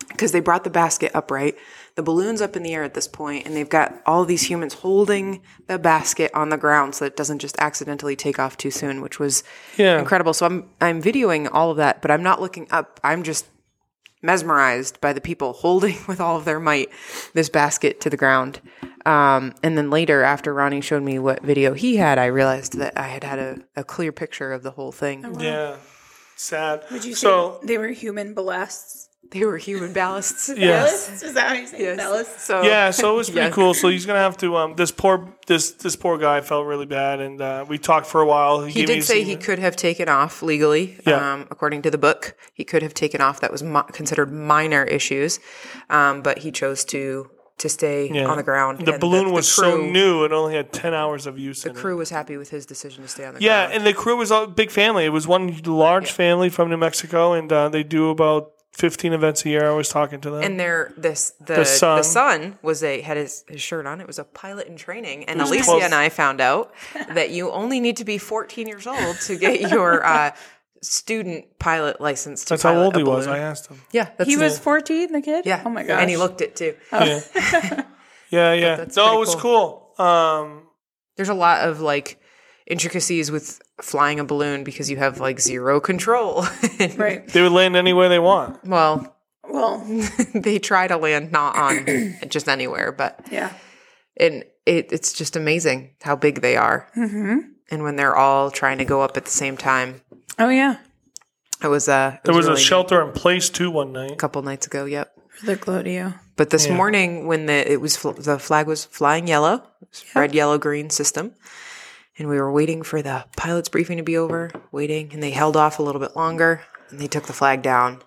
[SPEAKER 3] because they brought the basket upright. The balloon's up in the air at this point, and they've got all these humans holding the basket on the ground so that it doesn't just accidentally take off too soon, which was
[SPEAKER 1] Yeah.
[SPEAKER 3] incredible. So I'm I'm videoing all of that, but I'm not looking up. I'm just mesmerized by the people holding with all of their might this basket to the ground. Um, and then later, after Ronnie showed me what video he had, I realized that I had had a, a clear picture of the whole
[SPEAKER 1] Oh,
[SPEAKER 3] thing.
[SPEAKER 1] Yeah. Sad.
[SPEAKER 2] Did you
[SPEAKER 1] so
[SPEAKER 2] say they were human ballasts?
[SPEAKER 3] They were human ballasts.
[SPEAKER 1] yeah.
[SPEAKER 2] Ballasts? Is that how you say it? ballasts?
[SPEAKER 3] So
[SPEAKER 1] Yeah, so it was pretty
[SPEAKER 3] Yeah.
[SPEAKER 1] cool. So he's gonna have to. Um, this poor this this poor guy felt really bad, and uh, we talked for a while.
[SPEAKER 3] He
[SPEAKER 1] gave me
[SPEAKER 3] did
[SPEAKER 1] his
[SPEAKER 3] say he
[SPEAKER 1] email.
[SPEAKER 3] could have taken off legally,
[SPEAKER 1] Yeah.
[SPEAKER 3] um, according to the book. He could have taken off. That was mi- considered minor issues, um, but he chose to to stay
[SPEAKER 1] Yeah.
[SPEAKER 3] on the ground.
[SPEAKER 1] The
[SPEAKER 3] and
[SPEAKER 1] balloon was so
[SPEAKER 3] crew-
[SPEAKER 1] new; it only had ten hours of use. in it.
[SPEAKER 3] Crew was happy with his decision to stay on the
[SPEAKER 1] Yeah,
[SPEAKER 3] ground.
[SPEAKER 1] and the crew was a big family. It was one large family from New Mexico, and uh, they do about fifteen events a year. I was talking to them.
[SPEAKER 3] and their this the
[SPEAKER 1] The
[SPEAKER 3] the
[SPEAKER 1] son.
[SPEAKER 3] son, was a had his, his shirt on. It was a pilot in training, and Alicia
[SPEAKER 1] 12.
[SPEAKER 3] and I found out that you only need to be 14 years old to get your uh, student pilot license. To
[SPEAKER 1] That's how
[SPEAKER 3] pilot
[SPEAKER 1] old
[SPEAKER 3] a
[SPEAKER 1] he was.
[SPEAKER 3] balloon.
[SPEAKER 1] I asked him.
[SPEAKER 3] yeah, that's
[SPEAKER 2] He was 14, the kid?
[SPEAKER 3] yeah.
[SPEAKER 2] Oh my gosh.
[SPEAKER 3] And he looked it too.
[SPEAKER 1] Yeah, yeah.
[SPEAKER 3] Oh. that's
[SPEAKER 1] No,
[SPEAKER 3] pretty
[SPEAKER 1] it was cool. Um,
[SPEAKER 3] There's a lot of like intricacies with flying a balloon because you have like zero control.
[SPEAKER 2] Right.
[SPEAKER 1] they would land any way they want.
[SPEAKER 3] well,
[SPEAKER 2] Well,
[SPEAKER 3] they try to land not on just anywhere, but
[SPEAKER 2] yeah.
[SPEAKER 3] and it, it's just amazing how big they are. Mm-hmm. And when they're all trying to go up at the same time,
[SPEAKER 2] Oh, yeah.
[SPEAKER 3] it was uh, it
[SPEAKER 1] There was a
[SPEAKER 3] really neat.
[SPEAKER 1] shelter in place too one night.
[SPEAKER 3] a couple nights ago. Yep.
[SPEAKER 2] For the Glodio.
[SPEAKER 3] But this morning, when the it was fl- the flag was flying yellow, it was red, yellow, green system, and we were waiting for the pilot's briefing to be over, waiting, and they held off a little bit longer, and they took the flag down,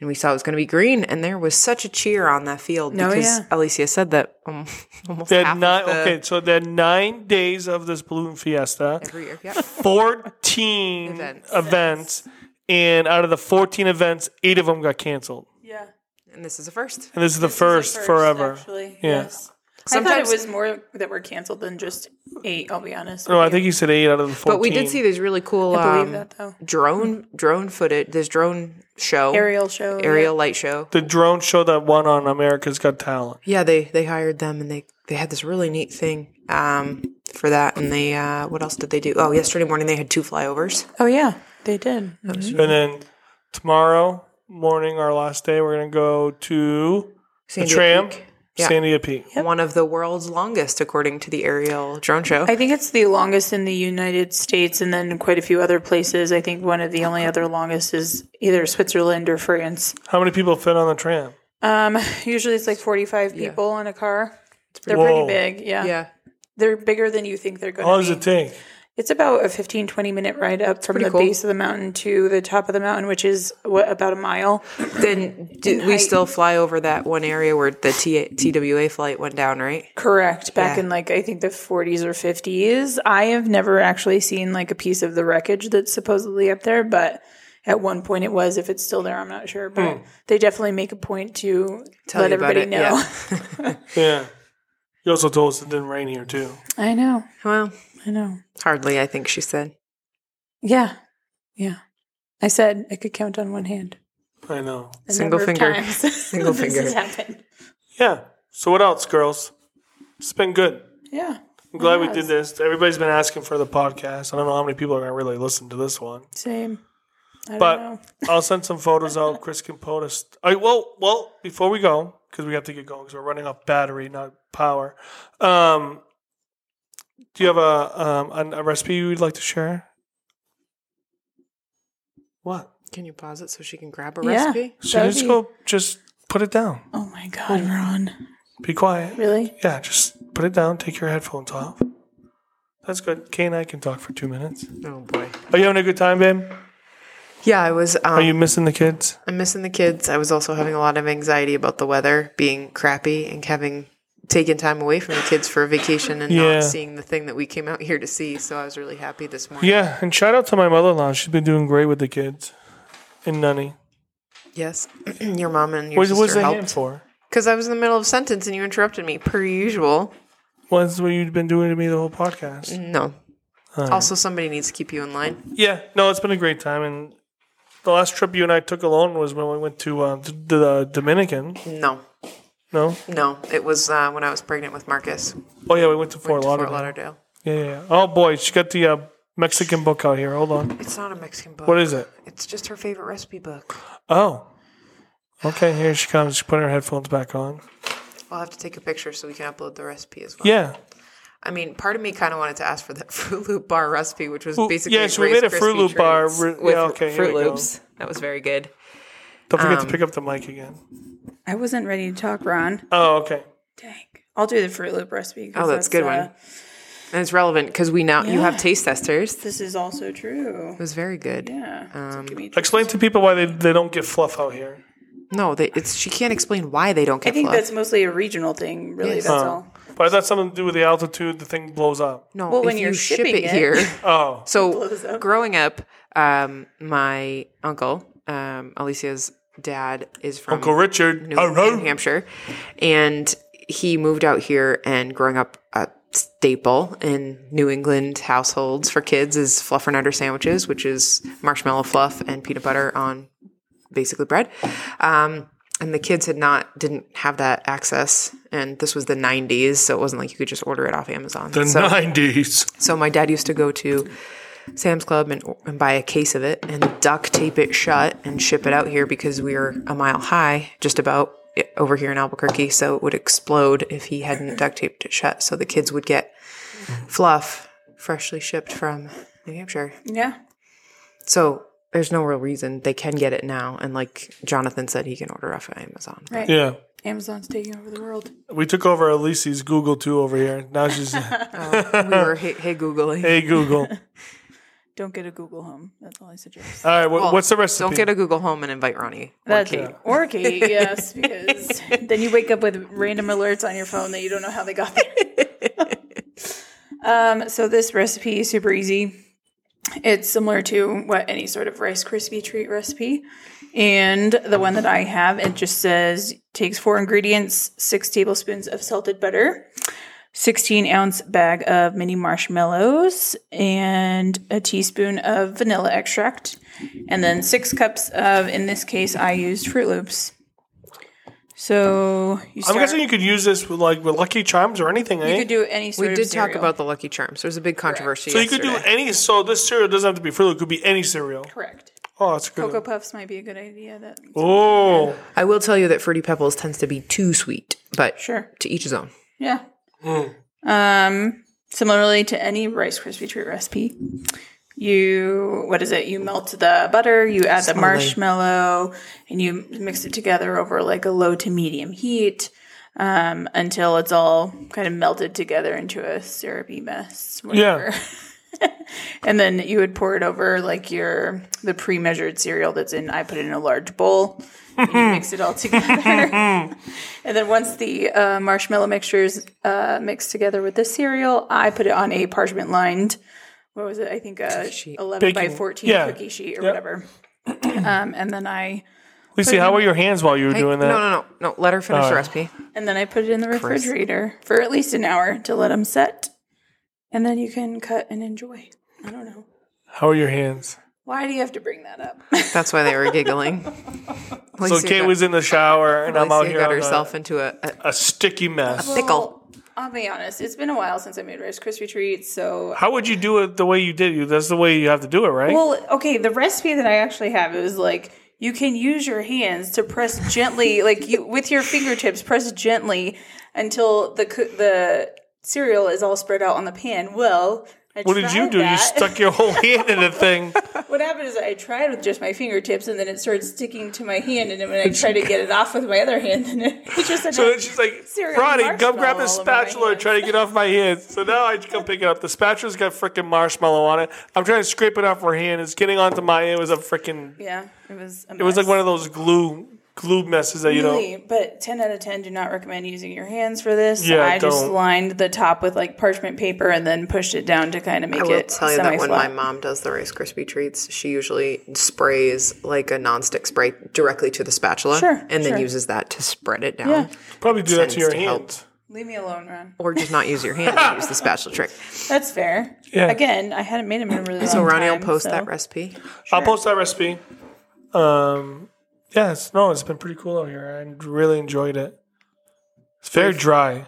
[SPEAKER 3] and we saw it was going to be green, and there was such a cheer on that field
[SPEAKER 2] No,
[SPEAKER 3] because
[SPEAKER 2] yeah.
[SPEAKER 3] Alicia said that um, almost
[SPEAKER 1] They
[SPEAKER 3] half
[SPEAKER 1] had nine.
[SPEAKER 3] of the
[SPEAKER 1] Okay, so they had nine days of this balloon fiesta.
[SPEAKER 3] every year. Yep.
[SPEAKER 1] 14 events.
[SPEAKER 3] Events.
[SPEAKER 1] and out of the 14 events, eight of them got canceled.
[SPEAKER 2] Yeah.
[SPEAKER 3] and this is the first.
[SPEAKER 1] And this is the first, forever.
[SPEAKER 2] Actually,
[SPEAKER 1] Yeah.
[SPEAKER 2] yes. I thought
[SPEAKER 3] Sometimes-
[SPEAKER 2] it was more that were canceled than just eight. I'll be honest.
[SPEAKER 1] No, Oh, I think he said eight out of the 14.
[SPEAKER 3] But we did see these really cool
[SPEAKER 2] I believe
[SPEAKER 3] um,
[SPEAKER 2] that though.
[SPEAKER 3] drone drone footage. This drone show,
[SPEAKER 2] Aerial show.
[SPEAKER 3] aerial light show.
[SPEAKER 1] the drone show that one on America's Got Talent.
[SPEAKER 3] Yeah, they they hired them and they they had this really neat thing um, for that. And they uh, what else did they do? Oh, yesterday morning they had two flyovers.
[SPEAKER 2] Oh yeah, they did.
[SPEAKER 3] Mm-hmm.
[SPEAKER 1] And then tomorrow morning, our last day, we're going to go to
[SPEAKER 3] Sandia
[SPEAKER 1] tram?
[SPEAKER 3] Peak. Yeah.
[SPEAKER 1] Sandia Peak.
[SPEAKER 3] One of the world's longest, according to the aerial drone show.
[SPEAKER 2] I think it's the longest in the United States, and then quite a few other places. I think one of the only other longest is either Switzerland or France.
[SPEAKER 1] How many people fit on the tram?
[SPEAKER 2] Um, usually it's like forty-five people in a car. They're
[SPEAKER 1] Whoa.
[SPEAKER 2] pretty big. Yeah.
[SPEAKER 3] yeah,
[SPEAKER 2] they're bigger than you think they're going
[SPEAKER 1] How long
[SPEAKER 2] to
[SPEAKER 1] does
[SPEAKER 2] be.
[SPEAKER 1] it take?
[SPEAKER 2] It's about a 15, 20 minute ride up from the
[SPEAKER 3] pretty cool.
[SPEAKER 2] base of the mountain to the top of the mountain, which is what about a mile.
[SPEAKER 3] then did we still fly over that one area where the T- TWA flight went down, right?
[SPEAKER 2] Correct. Back
[SPEAKER 3] Yeah.
[SPEAKER 2] in like I think the 40s or 50s. I have never actually seen like a piece of the wreckage that's supposedly up there, but at one point it was. If it's still there, I'm not sure. But they definitely make a point to let
[SPEAKER 3] Hmm. you about
[SPEAKER 2] everybody
[SPEAKER 3] it,
[SPEAKER 2] know.
[SPEAKER 3] yeah.
[SPEAKER 1] Yeah. You also told us it didn't rain here, too.
[SPEAKER 2] I know.
[SPEAKER 3] Well,
[SPEAKER 2] I know.
[SPEAKER 3] hardly, I think she said.
[SPEAKER 2] Yeah. Yeah. I said I could count on one hand.
[SPEAKER 1] I know.
[SPEAKER 2] the
[SPEAKER 3] Single
[SPEAKER 2] number of
[SPEAKER 3] finger.
[SPEAKER 2] times
[SPEAKER 3] Single
[SPEAKER 2] this
[SPEAKER 3] finger.
[SPEAKER 2] has happened.
[SPEAKER 1] Yeah. So, what else, girls? It's been good.
[SPEAKER 2] Yeah.
[SPEAKER 1] I'm glad we did this. Everybody's been asking for the podcast. I don't know how many people are going to really listen to this one,
[SPEAKER 2] Same. I don't know.
[SPEAKER 1] but I'll send some photos out. Chris can post. I well, well, before we go, because we have to get going, because we're running off battery, not power. Um, do you have a um, a, a recipe you'd like to share? What?
[SPEAKER 3] Can you pause it so she can grab a
[SPEAKER 2] Yeah.
[SPEAKER 3] recipe?
[SPEAKER 1] So
[SPEAKER 2] That'd
[SPEAKER 1] just
[SPEAKER 2] be-
[SPEAKER 1] go. Just put it down.
[SPEAKER 2] Oh my god, Ron.
[SPEAKER 1] Be quiet.
[SPEAKER 2] Really?
[SPEAKER 1] Yeah, just put it down. Take your headphones off. That's good. Kay and I can talk for two minutes.
[SPEAKER 3] Oh boy.
[SPEAKER 1] Are you having a good time, babe?
[SPEAKER 3] Yeah, I was. Um,
[SPEAKER 1] Are you missing the kids?
[SPEAKER 3] I'm missing the kids. I was also having a lot of anxiety about the weather being crappy and having taken time away from the kids for a vacation and
[SPEAKER 1] Yeah.
[SPEAKER 3] not seeing the thing that we came out here to see. So I was really happy this morning.
[SPEAKER 1] Yeah, and shout out to my mother-in-law. She's been doing great with the kids and Nunny.
[SPEAKER 3] Yes, your mom and your
[SPEAKER 1] What was
[SPEAKER 3] sister
[SPEAKER 1] the hand
[SPEAKER 3] helped.
[SPEAKER 1] for?
[SPEAKER 3] Because I was in the middle of a sentence and you interrupted me per usual.
[SPEAKER 1] What's what you've been doing to me the whole podcast?
[SPEAKER 3] No, Also, somebody needs to keep you in line.
[SPEAKER 1] Yeah, no, it's been a great time. And the last trip you and I took alone was when we went to uh, th- the, Dominican.
[SPEAKER 3] No,
[SPEAKER 1] No,
[SPEAKER 3] no, it was uh, when I was pregnant with Marcus.
[SPEAKER 1] oh yeah, we went to Fort
[SPEAKER 3] to Fort
[SPEAKER 1] Lauderdale.
[SPEAKER 3] Lauderdale.
[SPEAKER 1] Yeah, yeah, yeah. Oh boy, she got the uh, Mexican book out here. Hold on,
[SPEAKER 3] It's not a Mexican book.
[SPEAKER 1] what is it?
[SPEAKER 3] It's just her favorite recipe book.
[SPEAKER 1] Oh, okay, here she comes. She put her headphones back on.
[SPEAKER 3] I'll have to take a picture so we can upload the recipe as well.
[SPEAKER 1] Yeah,
[SPEAKER 3] I mean, part of me kind of wanted to ask for that Fruit Loop bar recipe, which was
[SPEAKER 1] Well,
[SPEAKER 3] basically
[SPEAKER 1] yeah, so we made a
[SPEAKER 3] Rice
[SPEAKER 1] Froot
[SPEAKER 3] Krispie
[SPEAKER 1] Loop bar.
[SPEAKER 3] treats
[SPEAKER 1] Re-
[SPEAKER 3] with
[SPEAKER 1] yeah, okay, here
[SPEAKER 3] Fruit
[SPEAKER 1] we go.
[SPEAKER 3] Loops. That was very good.
[SPEAKER 1] don't forget to pick up the mic again.
[SPEAKER 2] I wasn't ready to talk, Ron.
[SPEAKER 1] Oh, okay.
[SPEAKER 2] Dang. I'll do the Fruit Loop recipe. 'cause uh,
[SPEAKER 3] Oh, that's a good one. And it's relevant because we now you have
[SPEAKER 2] Yeah.
[SPEAKER 3] taste testers. It
[SPEAKER 2] This is also true.
[SPEAKER 3] was very good.
[SPEAKER 2] Yeah. So give me-
[SPEAKER 1] Explain to people why they, they don't get fluff out here.
[SPEAKER 3] No, they, it's she can't explain why they don't
[SPEAKER 2] I
[SPEAKER 3] get
[SPEAKER 2] think
[SPEAKER 3] fluff.
[SPEAKER 2] that's mostly a regional thing, really.
[SPEAKER 3] Yes.
[SPEAKER 2] That's
[SPEAKER 1] Oh.
[SPEAKER 2] all.
[SPEAKER 1] But I thought something to do with the altitude, the thing blows up.
[SPEAKER 3] no,
[SPEAKER 2] well,
[SPEAKER 3] if
[SPEAKER 2] when
[SPEAKER 3] you
[SPEAKER 2] you're
[SPEAKER 3] ship
[SPEAKER 2] shipping
[SPEAKER 3] it,
[SPEAKER 2] it-
[SPEAKER 3] here.
[SPEAKER 1] Oh,
[SPEAKER 2] blows
[SPEAKER 3] So
[SPEAKER 2] up.
[SPEAKER 3] growing up, um, my uncle, um, Alicia's dad, is from
[SPEAKER 1] Uncle Richard. Oh,
[SPEAKER 3] New, New
[SPEAKER 1] Hello.
[SPEAKER 3] Hampshire, and he moved out here. And growing up, a staple in New England households for kids is fluffernutter sandwiches, which is marshmallow fluff and peanut butter on basically bread. Um, and the kids had not didn't have that access, and this was the '90s, so it wasn't like you could just order it off Amazon.
[SPEAKER 1] The
[SPEAKER 3] so,
[SPEAKER 1] nineties.
[SPEAKER 3] so my dad used to go to Sam's Club and, and buy a case of it and duct tape it shut and ship it out here because we were a mile high, just about i- over here in Albuquerque. So it would explode if he hadn't duct taped it shut. So the kids would get fluff freshly shipped from New Hampshire.
[SPEAKER 2] Yeah.
[SPEAKER 3] So there's no real reason they can get it now. And like Jonathan said, he can order off of Amazon.
[SPEAKER 2] Right.
[SPEAKER 1] Yeah,
[SPEAKER 2] Amazon's taking over the world.
[SPEAKER 1] we took over Elise's Google too over here. Now she's
[SPEAKER 3] We were hey, hey googling.
[SPEAKER 1] hey Google.
[SPEAKER 2] Don't get a Google Home. That's all I suggest.
[SPEAKER 1] All right, wha- what's the recipe?
[SPEAKER 3] Don't get a Google Home and invite Ronnie.
[SPEAKER 2] That's Kate. Or Kate, yes, because then you wake up with random alerts on your phone that you don't know how they got there. um, so this recipe is super easy. It's similar to what any sort of Rice Krispie treat recipe. And the one that I have, it just says takes four ingredients, six tablespoons of salted butter, 16 ounce bag of mini marshmallows, and a teaspoon of vanilla extract and then six cups of, in this case, I used Fruit Loops. So you
[SPEAKER 1] I'm
[SPEAKER 2] start.
[SPEAKER 1] guessing you could use this with like with Lucky Charms or anything.
[SPEAKER 2] you
[SPEAKER 1] eh?
[SPEAKER 2] could do any sort
[SPEAKER 3] We
[SPEAKER 2] of
[SPEAKER 3] did talk
[SPEAKER 2] cereal.
[SPEAKER 3] about the Lucky Charms. There was a big controversy.
[SPEAKER 1] so you could do
[SPEAKER 3] yesterday.
[SPEAKER 1] any. So this cereal doesn't have to be Fruit Loop. It could be any cereal.
[SPEAKER 2] correct.
[SPEAKER 1] Oh, that's a good.
[SPEAKER 2] Cocoa
[SPEAKER 1] one.
[SPEAKER 2] Puffs might be a good idea. That
[SPEAKER 1] Oh,
[SPEAKER 3] I will tell you that Fruity Pebbles tends to be too sweet, but
[SPEAKER 2] sure,
[SPEAKER 3] to each his own.
[SPEAKER 2] yeah. Um, similarly to any Rice Krispie treat recipe, you what is it? You melt the butter, you add the marshmallow, and you mix it together over like a low to medium heat. Um, until it's all kind of melted together into a syrupy mess. whatever. and then you would pour it over like your the pre-measured cereal that's in i put it in a large bowl and you mix it all together and then once the uh, marshmallow mixture is uh, mixed together with the cereal i put it on a parchment lined what was it i think a 11 by
[SPEAKER 1] Baking-
[SPEAKER 2] 14
[SPEAKER 1] yeah.
[SPEAKER 2] cookie sheet or whatever um, and then i
[SPEAKER 1] Lisa, how were your hands while you Uh, were doing that?
[SPEAKER 3] No, no, no, no. Let her finish the recipe.
[SPEAKER 2] and then i put it in the refrigerator for at least an hour to let them set and then you can cut and enjoy i don't know
[SPEAKER 1] How are your hands?
[SPEAKER 2] why do you have to bring that up
[SPEAKER 3] That's why they were giggling.
[SPEAKER 1] So
[SPEAKER 3] Alicia
[SPEAKER 1] Kate
[SPEAKER 3] got,
[SPEAKER 1] was in the shower, and I'm out
[SPEAKER 3] Alicia
[SPEAKER 1] here
[SPEAKER 3] got
[SPEAKER 1] on a-
[SPEAKER 3] herself into a, a
[SPEAKER 1] a sticky mess.
[SPEAKER 3] pickle.
[SPEAKER 2] Well, I'll be honest. It's been a while since I made Rice Krispie treats, so
[SPEAKER 1] How would you do it the way you did? You that's the way you have to do it, right?
[SPEAKER 2] well, okay. The recipe that I actually have it was like you can use your hands to press gently, like you with your fingertips, press gently until the coo- the cereal is all spread out on the pan. Well. I
[SPEAKER 1] what did you
[SPEAKER 2] tried
[SPEAKER 1] do? You
[SPEAKER 2] that.
[SPEAKER 1] stuck your whole hand in the thing.
[SPEAKER 2] What happened is I tried with just my fingertips, and then it started sticking to my hand. And then when I tried to get it off with my other hand, then it it just
[SPEAKER 1] So then she's like,
[SPEAKER 2] Cereal
[SPEAKER 1] Ronnie, come grab the
[SPEAKER 2] marshmallow all over my
[SPEAKER 1] spatula and
[SPEAKER 2] hands.
[SPEAKER 1] try to get off my hands. So now I just come pick it up. The spatula's got freaking marshmallow on it. I'm trying to scrape it off her hand. It's getting onto my hand. It was a freaking.
[SPEAKER 2] yeah, it was. A
[SPEAKER 1] It was like one of those glue glue messes that you know.
[SPEAKER 2] Really, but 10 out of 10 do not recommend using your hands for this.
[SPEAKER 1] Yeah,
[SPEAKER 2] I just
[SPEAKER 1] don't.
[SPEAKER 2] lined the top with like parchment paper and then pushed it down to kind of make
[SPEAKER 3] I will
[SPEAKER 2] it
[SPEAKER 3] tell you that when my
[SPEAKER 2] semi-flat.
[SPEAKER 3] mom does the Rice Krispie treats, she usually sprays like a nonstick spray directly to the spatula
[SPEAKER 2] Sure,
[SPEAKER 3] and then
[SPEAKER 2] sure.
[SPEAKER 3] uses that to spread it down.
[SPEAKER 2] Yeah.
[SPEAKER 1] Probably do that
[SPEAKER 3] Tends
[SPEAKER 1] to your
[SPEAKER 3] to help.
[SPEAKER 1] hands.
[SPEAKER 2] Leave me alone, Ron.
[SPEAKER 3] or just not use your hand and use the spatula trick.
[SPEAKER 2] That's fair.
[SPEAKER 1] Yeah.
[SPEAKER 2] Again, I hadn't made him in a really long
[SPEAKER 3] So Ronnie will
[SPEAKER 2] time,
[SPEAKER 3] post
[SPEAKER 2] so-
[SPEAKER 3] that recipe.
[SPEAKER 1] I'll post that recipe. Um, yeah, it's, no, it's been pretty cool out here. I really enjoyed it. It's very dry.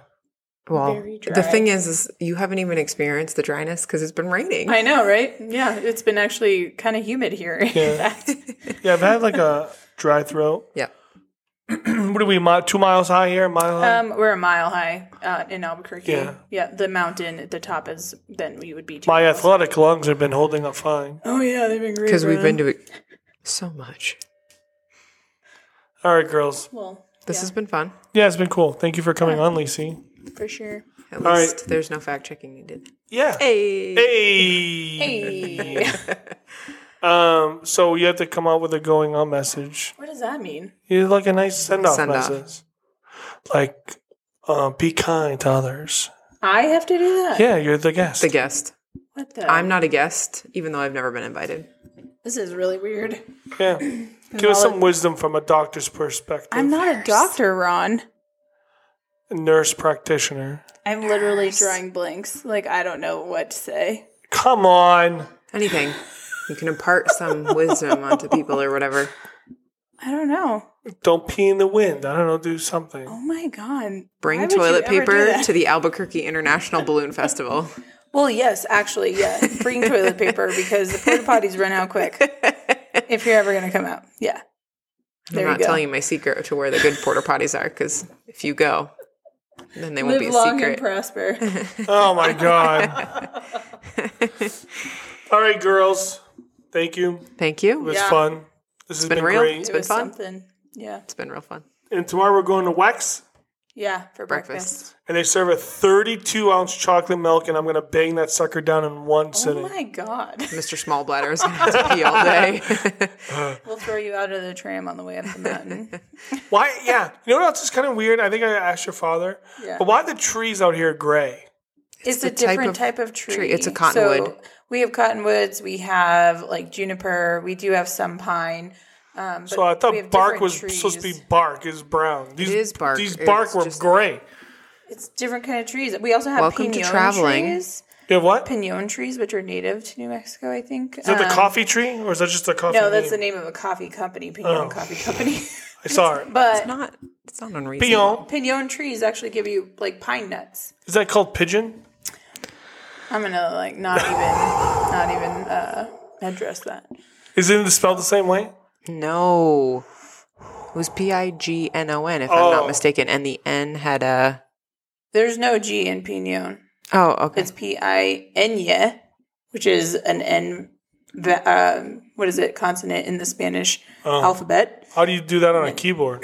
[SPEAKER 3] Well,
[SPEAKER 2] Very
[SPEAKER 3] the
[SPEAKER 2] dry.
[SPEAKER 3] thing is, is you haven't even experienced the dryness because it's been raining.
[SPEAKER 2] I know, right? Yeah, it's been actually kind of humid here. In fact,
[SPEAKER 1] Yeah, I've had like a dry throat.
[SPEAKER 3] Yep.
[SPEAKER 1] What are we? mi- two miles high here. Mile high.
[SPEAKER 2] um, we're a mile high uh, in Albuquerque.
[SPEAKER 1] Yeah.
[SPEAKER 2] the mountain at the top is then we would be. Two
[SPEAKER 1] My
[SPEAKER 2] miles.
[SPEAKER 1] athletic lungs have been holding up fine.
[SPEAKER 2] Oh yeah, they've been great.
[SPEAKER 3] Because we've
[SPEAKER 2] Ron.
[SPEAKER 3] been to it so much.
[SPEAKER 1] All right, girls.
[SPEAKER 2] well,
[SPEAKER 3] This has been fun.
[SPEAKER 1] Yeah, it's been cool. Thank you for coming on, Lacey.
[SPEAKER 2] for sure.
[SPEAKER 3] At
[SPEAKER 1] All right.
[SPEAKER 3] least there's no fact checking needed.
[SPEAKER 1] Yeah.
[SPEAKER 3] Hey.
[SPEAKER 1] Hey.
[SPEAKER 2] Hey,
[SPEAKER 1] Um. So you have to come out with a going on message.
[SPEAKER 2] what does that mean?
[SPEAKER 1] You like a nice send off
[SPEAKER 3] Send-off.
[SPEAKER 1] message. Like, uh, be kind to others.
[SPEAKER 2] I have to do that.
[SPEAKER 1] Yeah, you're the guest.
[SPEAKER 3] The guest.
[SPEAKER 2] What the?
[SPEAKER 3] I'm not a guest, even though I've never been invited.
[SPEAKER 2] this is really weird.
[SPEAKER 1] Yeah. Give us some wisdom from a doctor's perspective.
[SPEAKER 2] I'm not a doctor, Ron.
[SPEAKER 1] a nurse practitioner.
[SPEAKER 2] I'm literally drawing blanks. Like I don't know what to say.
[SPEAKER 1] Come on.
[SPEAKER 3] Anything. You can impart some wisdom onto people or whatever.
[SPEAKER 2] I don't know.
[SPEAKER 1] Don't pee in the wind. I don't know. Do something.
[SPEAKER 2] Oh my god. Why
[SPEAKER 3] Bring
[SPEAKER 2] would you
[SPEAKER 3] toilet
[SPEAKER 2] ever do
[SPEAKER 3] paper
[SPEAKER 2] that?
[SPEAKER 3] to the Albuquerque International Balloon Festival.
[SPEAKER 2] Well, yes, actually, yeah. Bring toilet paper because the porta potties run out quick. If you're ever going to come out, yeah. There
[SPEAKER 3] I'm
[SPEAKER 2] you
[SPEAKER 3] not
[SPEAKER 2] go.
[SPEAKER 3] telling you my secret to where the good porta potties are because if you go, then they won't
[SPEAKER 2] Live
[SPEAKER 3] be a
[SPEAKER 2] long and
[SPEAKER 3] secret.
[SPEAKER 2] prosper.
[SPEAKER 1] Oh my god. All right, girls. Thank you.
[SPEAKER 3] Thank
[SPEAKER 1] It
[SPEAKER 3] you.
[SPEAKER 1] was
[SPEAKER 2] Yeah.
[SPEAKER 1] fun. This has been,
[SPEAKER 3] been real.
[SPEAKER 1] great.
[SPEAKER 3] It's
[SPEAKER 2] it
[SPEAKER 3] been
[SPEAKER 2] was
[SPEAKER 3] fun.
[SPEAKER 2] something. Yeah,
[SPEAKER 3] It's been real fun.
[SPEAKER 1] And tomorrow we're going to Wex,
[SPEAKER 2] yeah. For breakfast.
[SPEAKER 3] Breakfast.
[SPEAKER 1] and they serve a 32 ounce chocolate milk, and I'm gonna bang that sucker down in one
[SPEAKER 2] Oh
[SPEAKER 1] sitting.
[SPEAKER 2] my god!
[SPEAKER 3] Mr. Smallbladder is going to have to pee all day.
[SPEAKER 2] We'll throw you out of the tram on the way up the mountain.
[SPEAKER 1] Why? Yeah. You know what else is kind of weird? I think I asked your father.
[SPEAKER 2] Yeah.
[SPEAKER 1] But why the trees out here gray?
[SPEAKER 2] It's, a
[SPEAKER 3] the type
[SPEAKER 2] different
[SPEAKER 3] of
[SPEAKER 2] type of tree.
[SPEAKER 3] It's a
[SPEAKER 2] So
[SPEAKER 3] cottonwood.
[SPEAKER 2] we have cottonwoods. We have like juniper. We do have some pine. Um, but
[SPEAKER 1] So I
[SPEAKER 2] we
[SPEAKER 1] thought
[SPEAKER 2] have
[SPEAKER 1] bark
[SPEAKER 2] different
[SPEAKER 1] was supposed to be
[SPEAKER 2] trees.
[SPEAKER 1] bark is brown. These,
[SPEAKER 3] is bark.
[SPEAKER 1] These
[SPEAKER 3] It's
[SPEAKER 1] bark were
[SPEAKER 3] just-
[SPEAKER 1] gray.
[SPEAKER 2] It's different kind of trees. We also have
[SPEAKER 3] Welcome to
[SPEAKER 2] pinon
[SPEAKER 3] traveling.
[SPEAKER 2] trees.
[SPEAKER 1] You have what? Is
[SPEAKER 2] Pinon trees, which are native to New Mexico, I think.
[SPEAKER 1] that the
[SPEAKER 2] Um,
[SPEAKER 1] coffee tree, or is that just a coffee?
[SPEAKER 2] No, that's the
[SPEAKER 1] name? Oh.
[SPEAKER 2] name of a coffee company, Pinon Coffee Company.
[SPEAKER 1] I saw it.
[SPEAKER 2] but
[SPEAKER 3] not, it's not unreasonable.
[SPEAKER 1] Pion.
[SPEAKER 2] pinon trees actually give you like pine nuts.
[SPEAKER 1] Is that called pigeon?
[SPEAKER 2] I'm gonna like not even, not even uh, address that.
[SPEAKER 1] Is it spelled the same way?
[SPEAKER 3] No. It was P I G N O N, if I'm
[SPEAKER 1] Oh.
[SPEAKER 3] not mistaken. And the N had a.
[SPEAKER 2] There's no G in pinon.
[SPEAKER 3] Oh, okay.
[SPEAKER 2] It's P I N Y, which is an N. va- Um, what is it? Consonant in the Spanish
[SPEAKER 1] Oh.
[SPEAKER 2] alphabet.
[SPEAKER 1] How do you do that on a keyboard?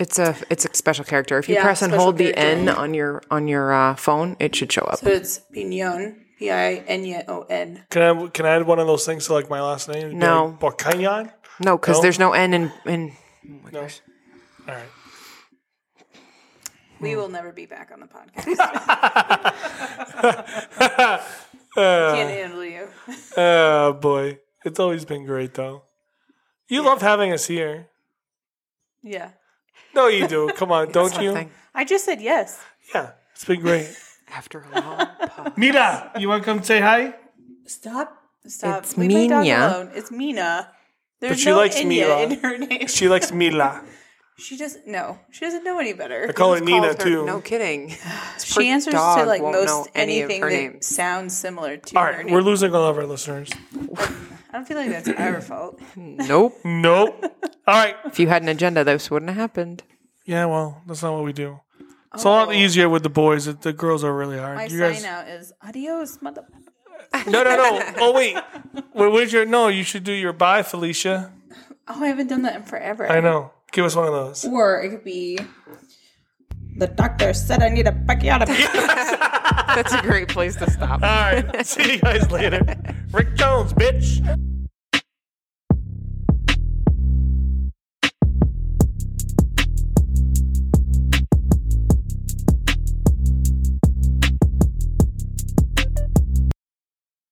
[SPEAKER 3] It's a it's a special character. If you
[SPEAKER 2] Yeah,
[SPEAKER 3] press and
[SPEAKER 2] special
[SPEAKER 3] hold the
[SPEAKER 2] character.
[SPEAKER 3] N on your on your uh, phone, it should show up.
[SPEAKER 2] So it's pinon. P I N Y O N.
[SPEAKER 1] Can I can I add one of those things to like my last name? It'd be
[SPEAKER 3] No.
[SPEAKER 1] Like Borcanyan?
[SPEAKER 3] no, because
[SPEAKER 1] no.
[SPEAKER 3] there's no N in in.
[SPEAKER 1] No. All right.
[SPEAKER 2] We will never be back on the podcast. Can't handle you.
[SPEAKER 1] Oh boy. It's always been great though. You love having us here.
[SPEAKER 2] Yeah.
[SPEAKER 1] No, you do. Come on, don't you?
[SPEAKER 3] Something.
[SPEAKER 2] I just said yes.
[SPEAKER 1] Yeah. It's been great.
[SPEAKER 3] After a long pause.
[SPEAKER 1] Nita, you wanna come say hi?
[SPEAKER 2] Stop. Stop.
[SPEAKER 3] It's
[SPEAKER 2] Leave my dog
[SPEAKER 3] Mina.
[SPEAKER 2] alone. It's Mina. There's
[SPEAKER 1] she
[SPEAKER 2] no
[SPEAKER 1] likes
[SPEAKER 2] Inya
[SPEAKER 1] Mila.
[SPEAKER 2] in her name.
[SPEAKER 1] She likes Mila.
[SPEAKER 2] She doesn't know. She doesn't know any better.
[SPEAKER 1] I call her
[SPEAKER 3] Just called
[SPEAKER 1] Nina
[SPEAKER 3] her-
[SPEAKER 1] too.
[SPEAKER 3] No kidding.
[SPEAKER 2] She answers to
[SPEAKER 3] dog
[SPEAKER 2] like
[SPEAKER 3] won't know
[SPEAKER 2] most
[SPEAKER 3] any of
[SPEAKER 2] anything
[SPEAKER 3] her
[SPEAKER 2] that
[SPEAKER 3] names.
[SPEAKER 2] sounds similar to
[SPEAKER 1] All
[SPEAKER 2] her
[SPEAKER 1] right,
[SPEAKER 2] name.
[SPEAKER 1] we're losing all of our listeners.
[SPEAKER 2] I don't feel like that's our fault.
[SPEAKER 3] Nope.
[SPEAKER 1] Nope. All right.
[SPEAKER 3] If you had an agenda, this wouldn't have happened.
[SPEAKER 1] Yeah, well, that's not what we do. It's a
[SPEAKER 3] Oh.
[SPEAKER 1] lot easier with the boys. The girls are really hard.
[SPEAKER 2] My
[SPEAKER 1] you
[SPEAKER 2] sign
[SPEAKER 1] guys,
[SPEAKER 2] out is adios, mother.
[SPEAKER 1] No, no, no. Oh wait. wait. Where's your? No, you should do your bye, Felicia.
[SPEAKER 2] Oh, I haven't done that in forever.
[SPEAKER 1] I know. Give us one of those.
[SPEAKER 2] Or it could be the doctor said I need a bacchiotomy.
[SPEAKER 3] That's a great place to stop.
[SPEAKER 1] All right. See you guys later. Rick Jones, bitch.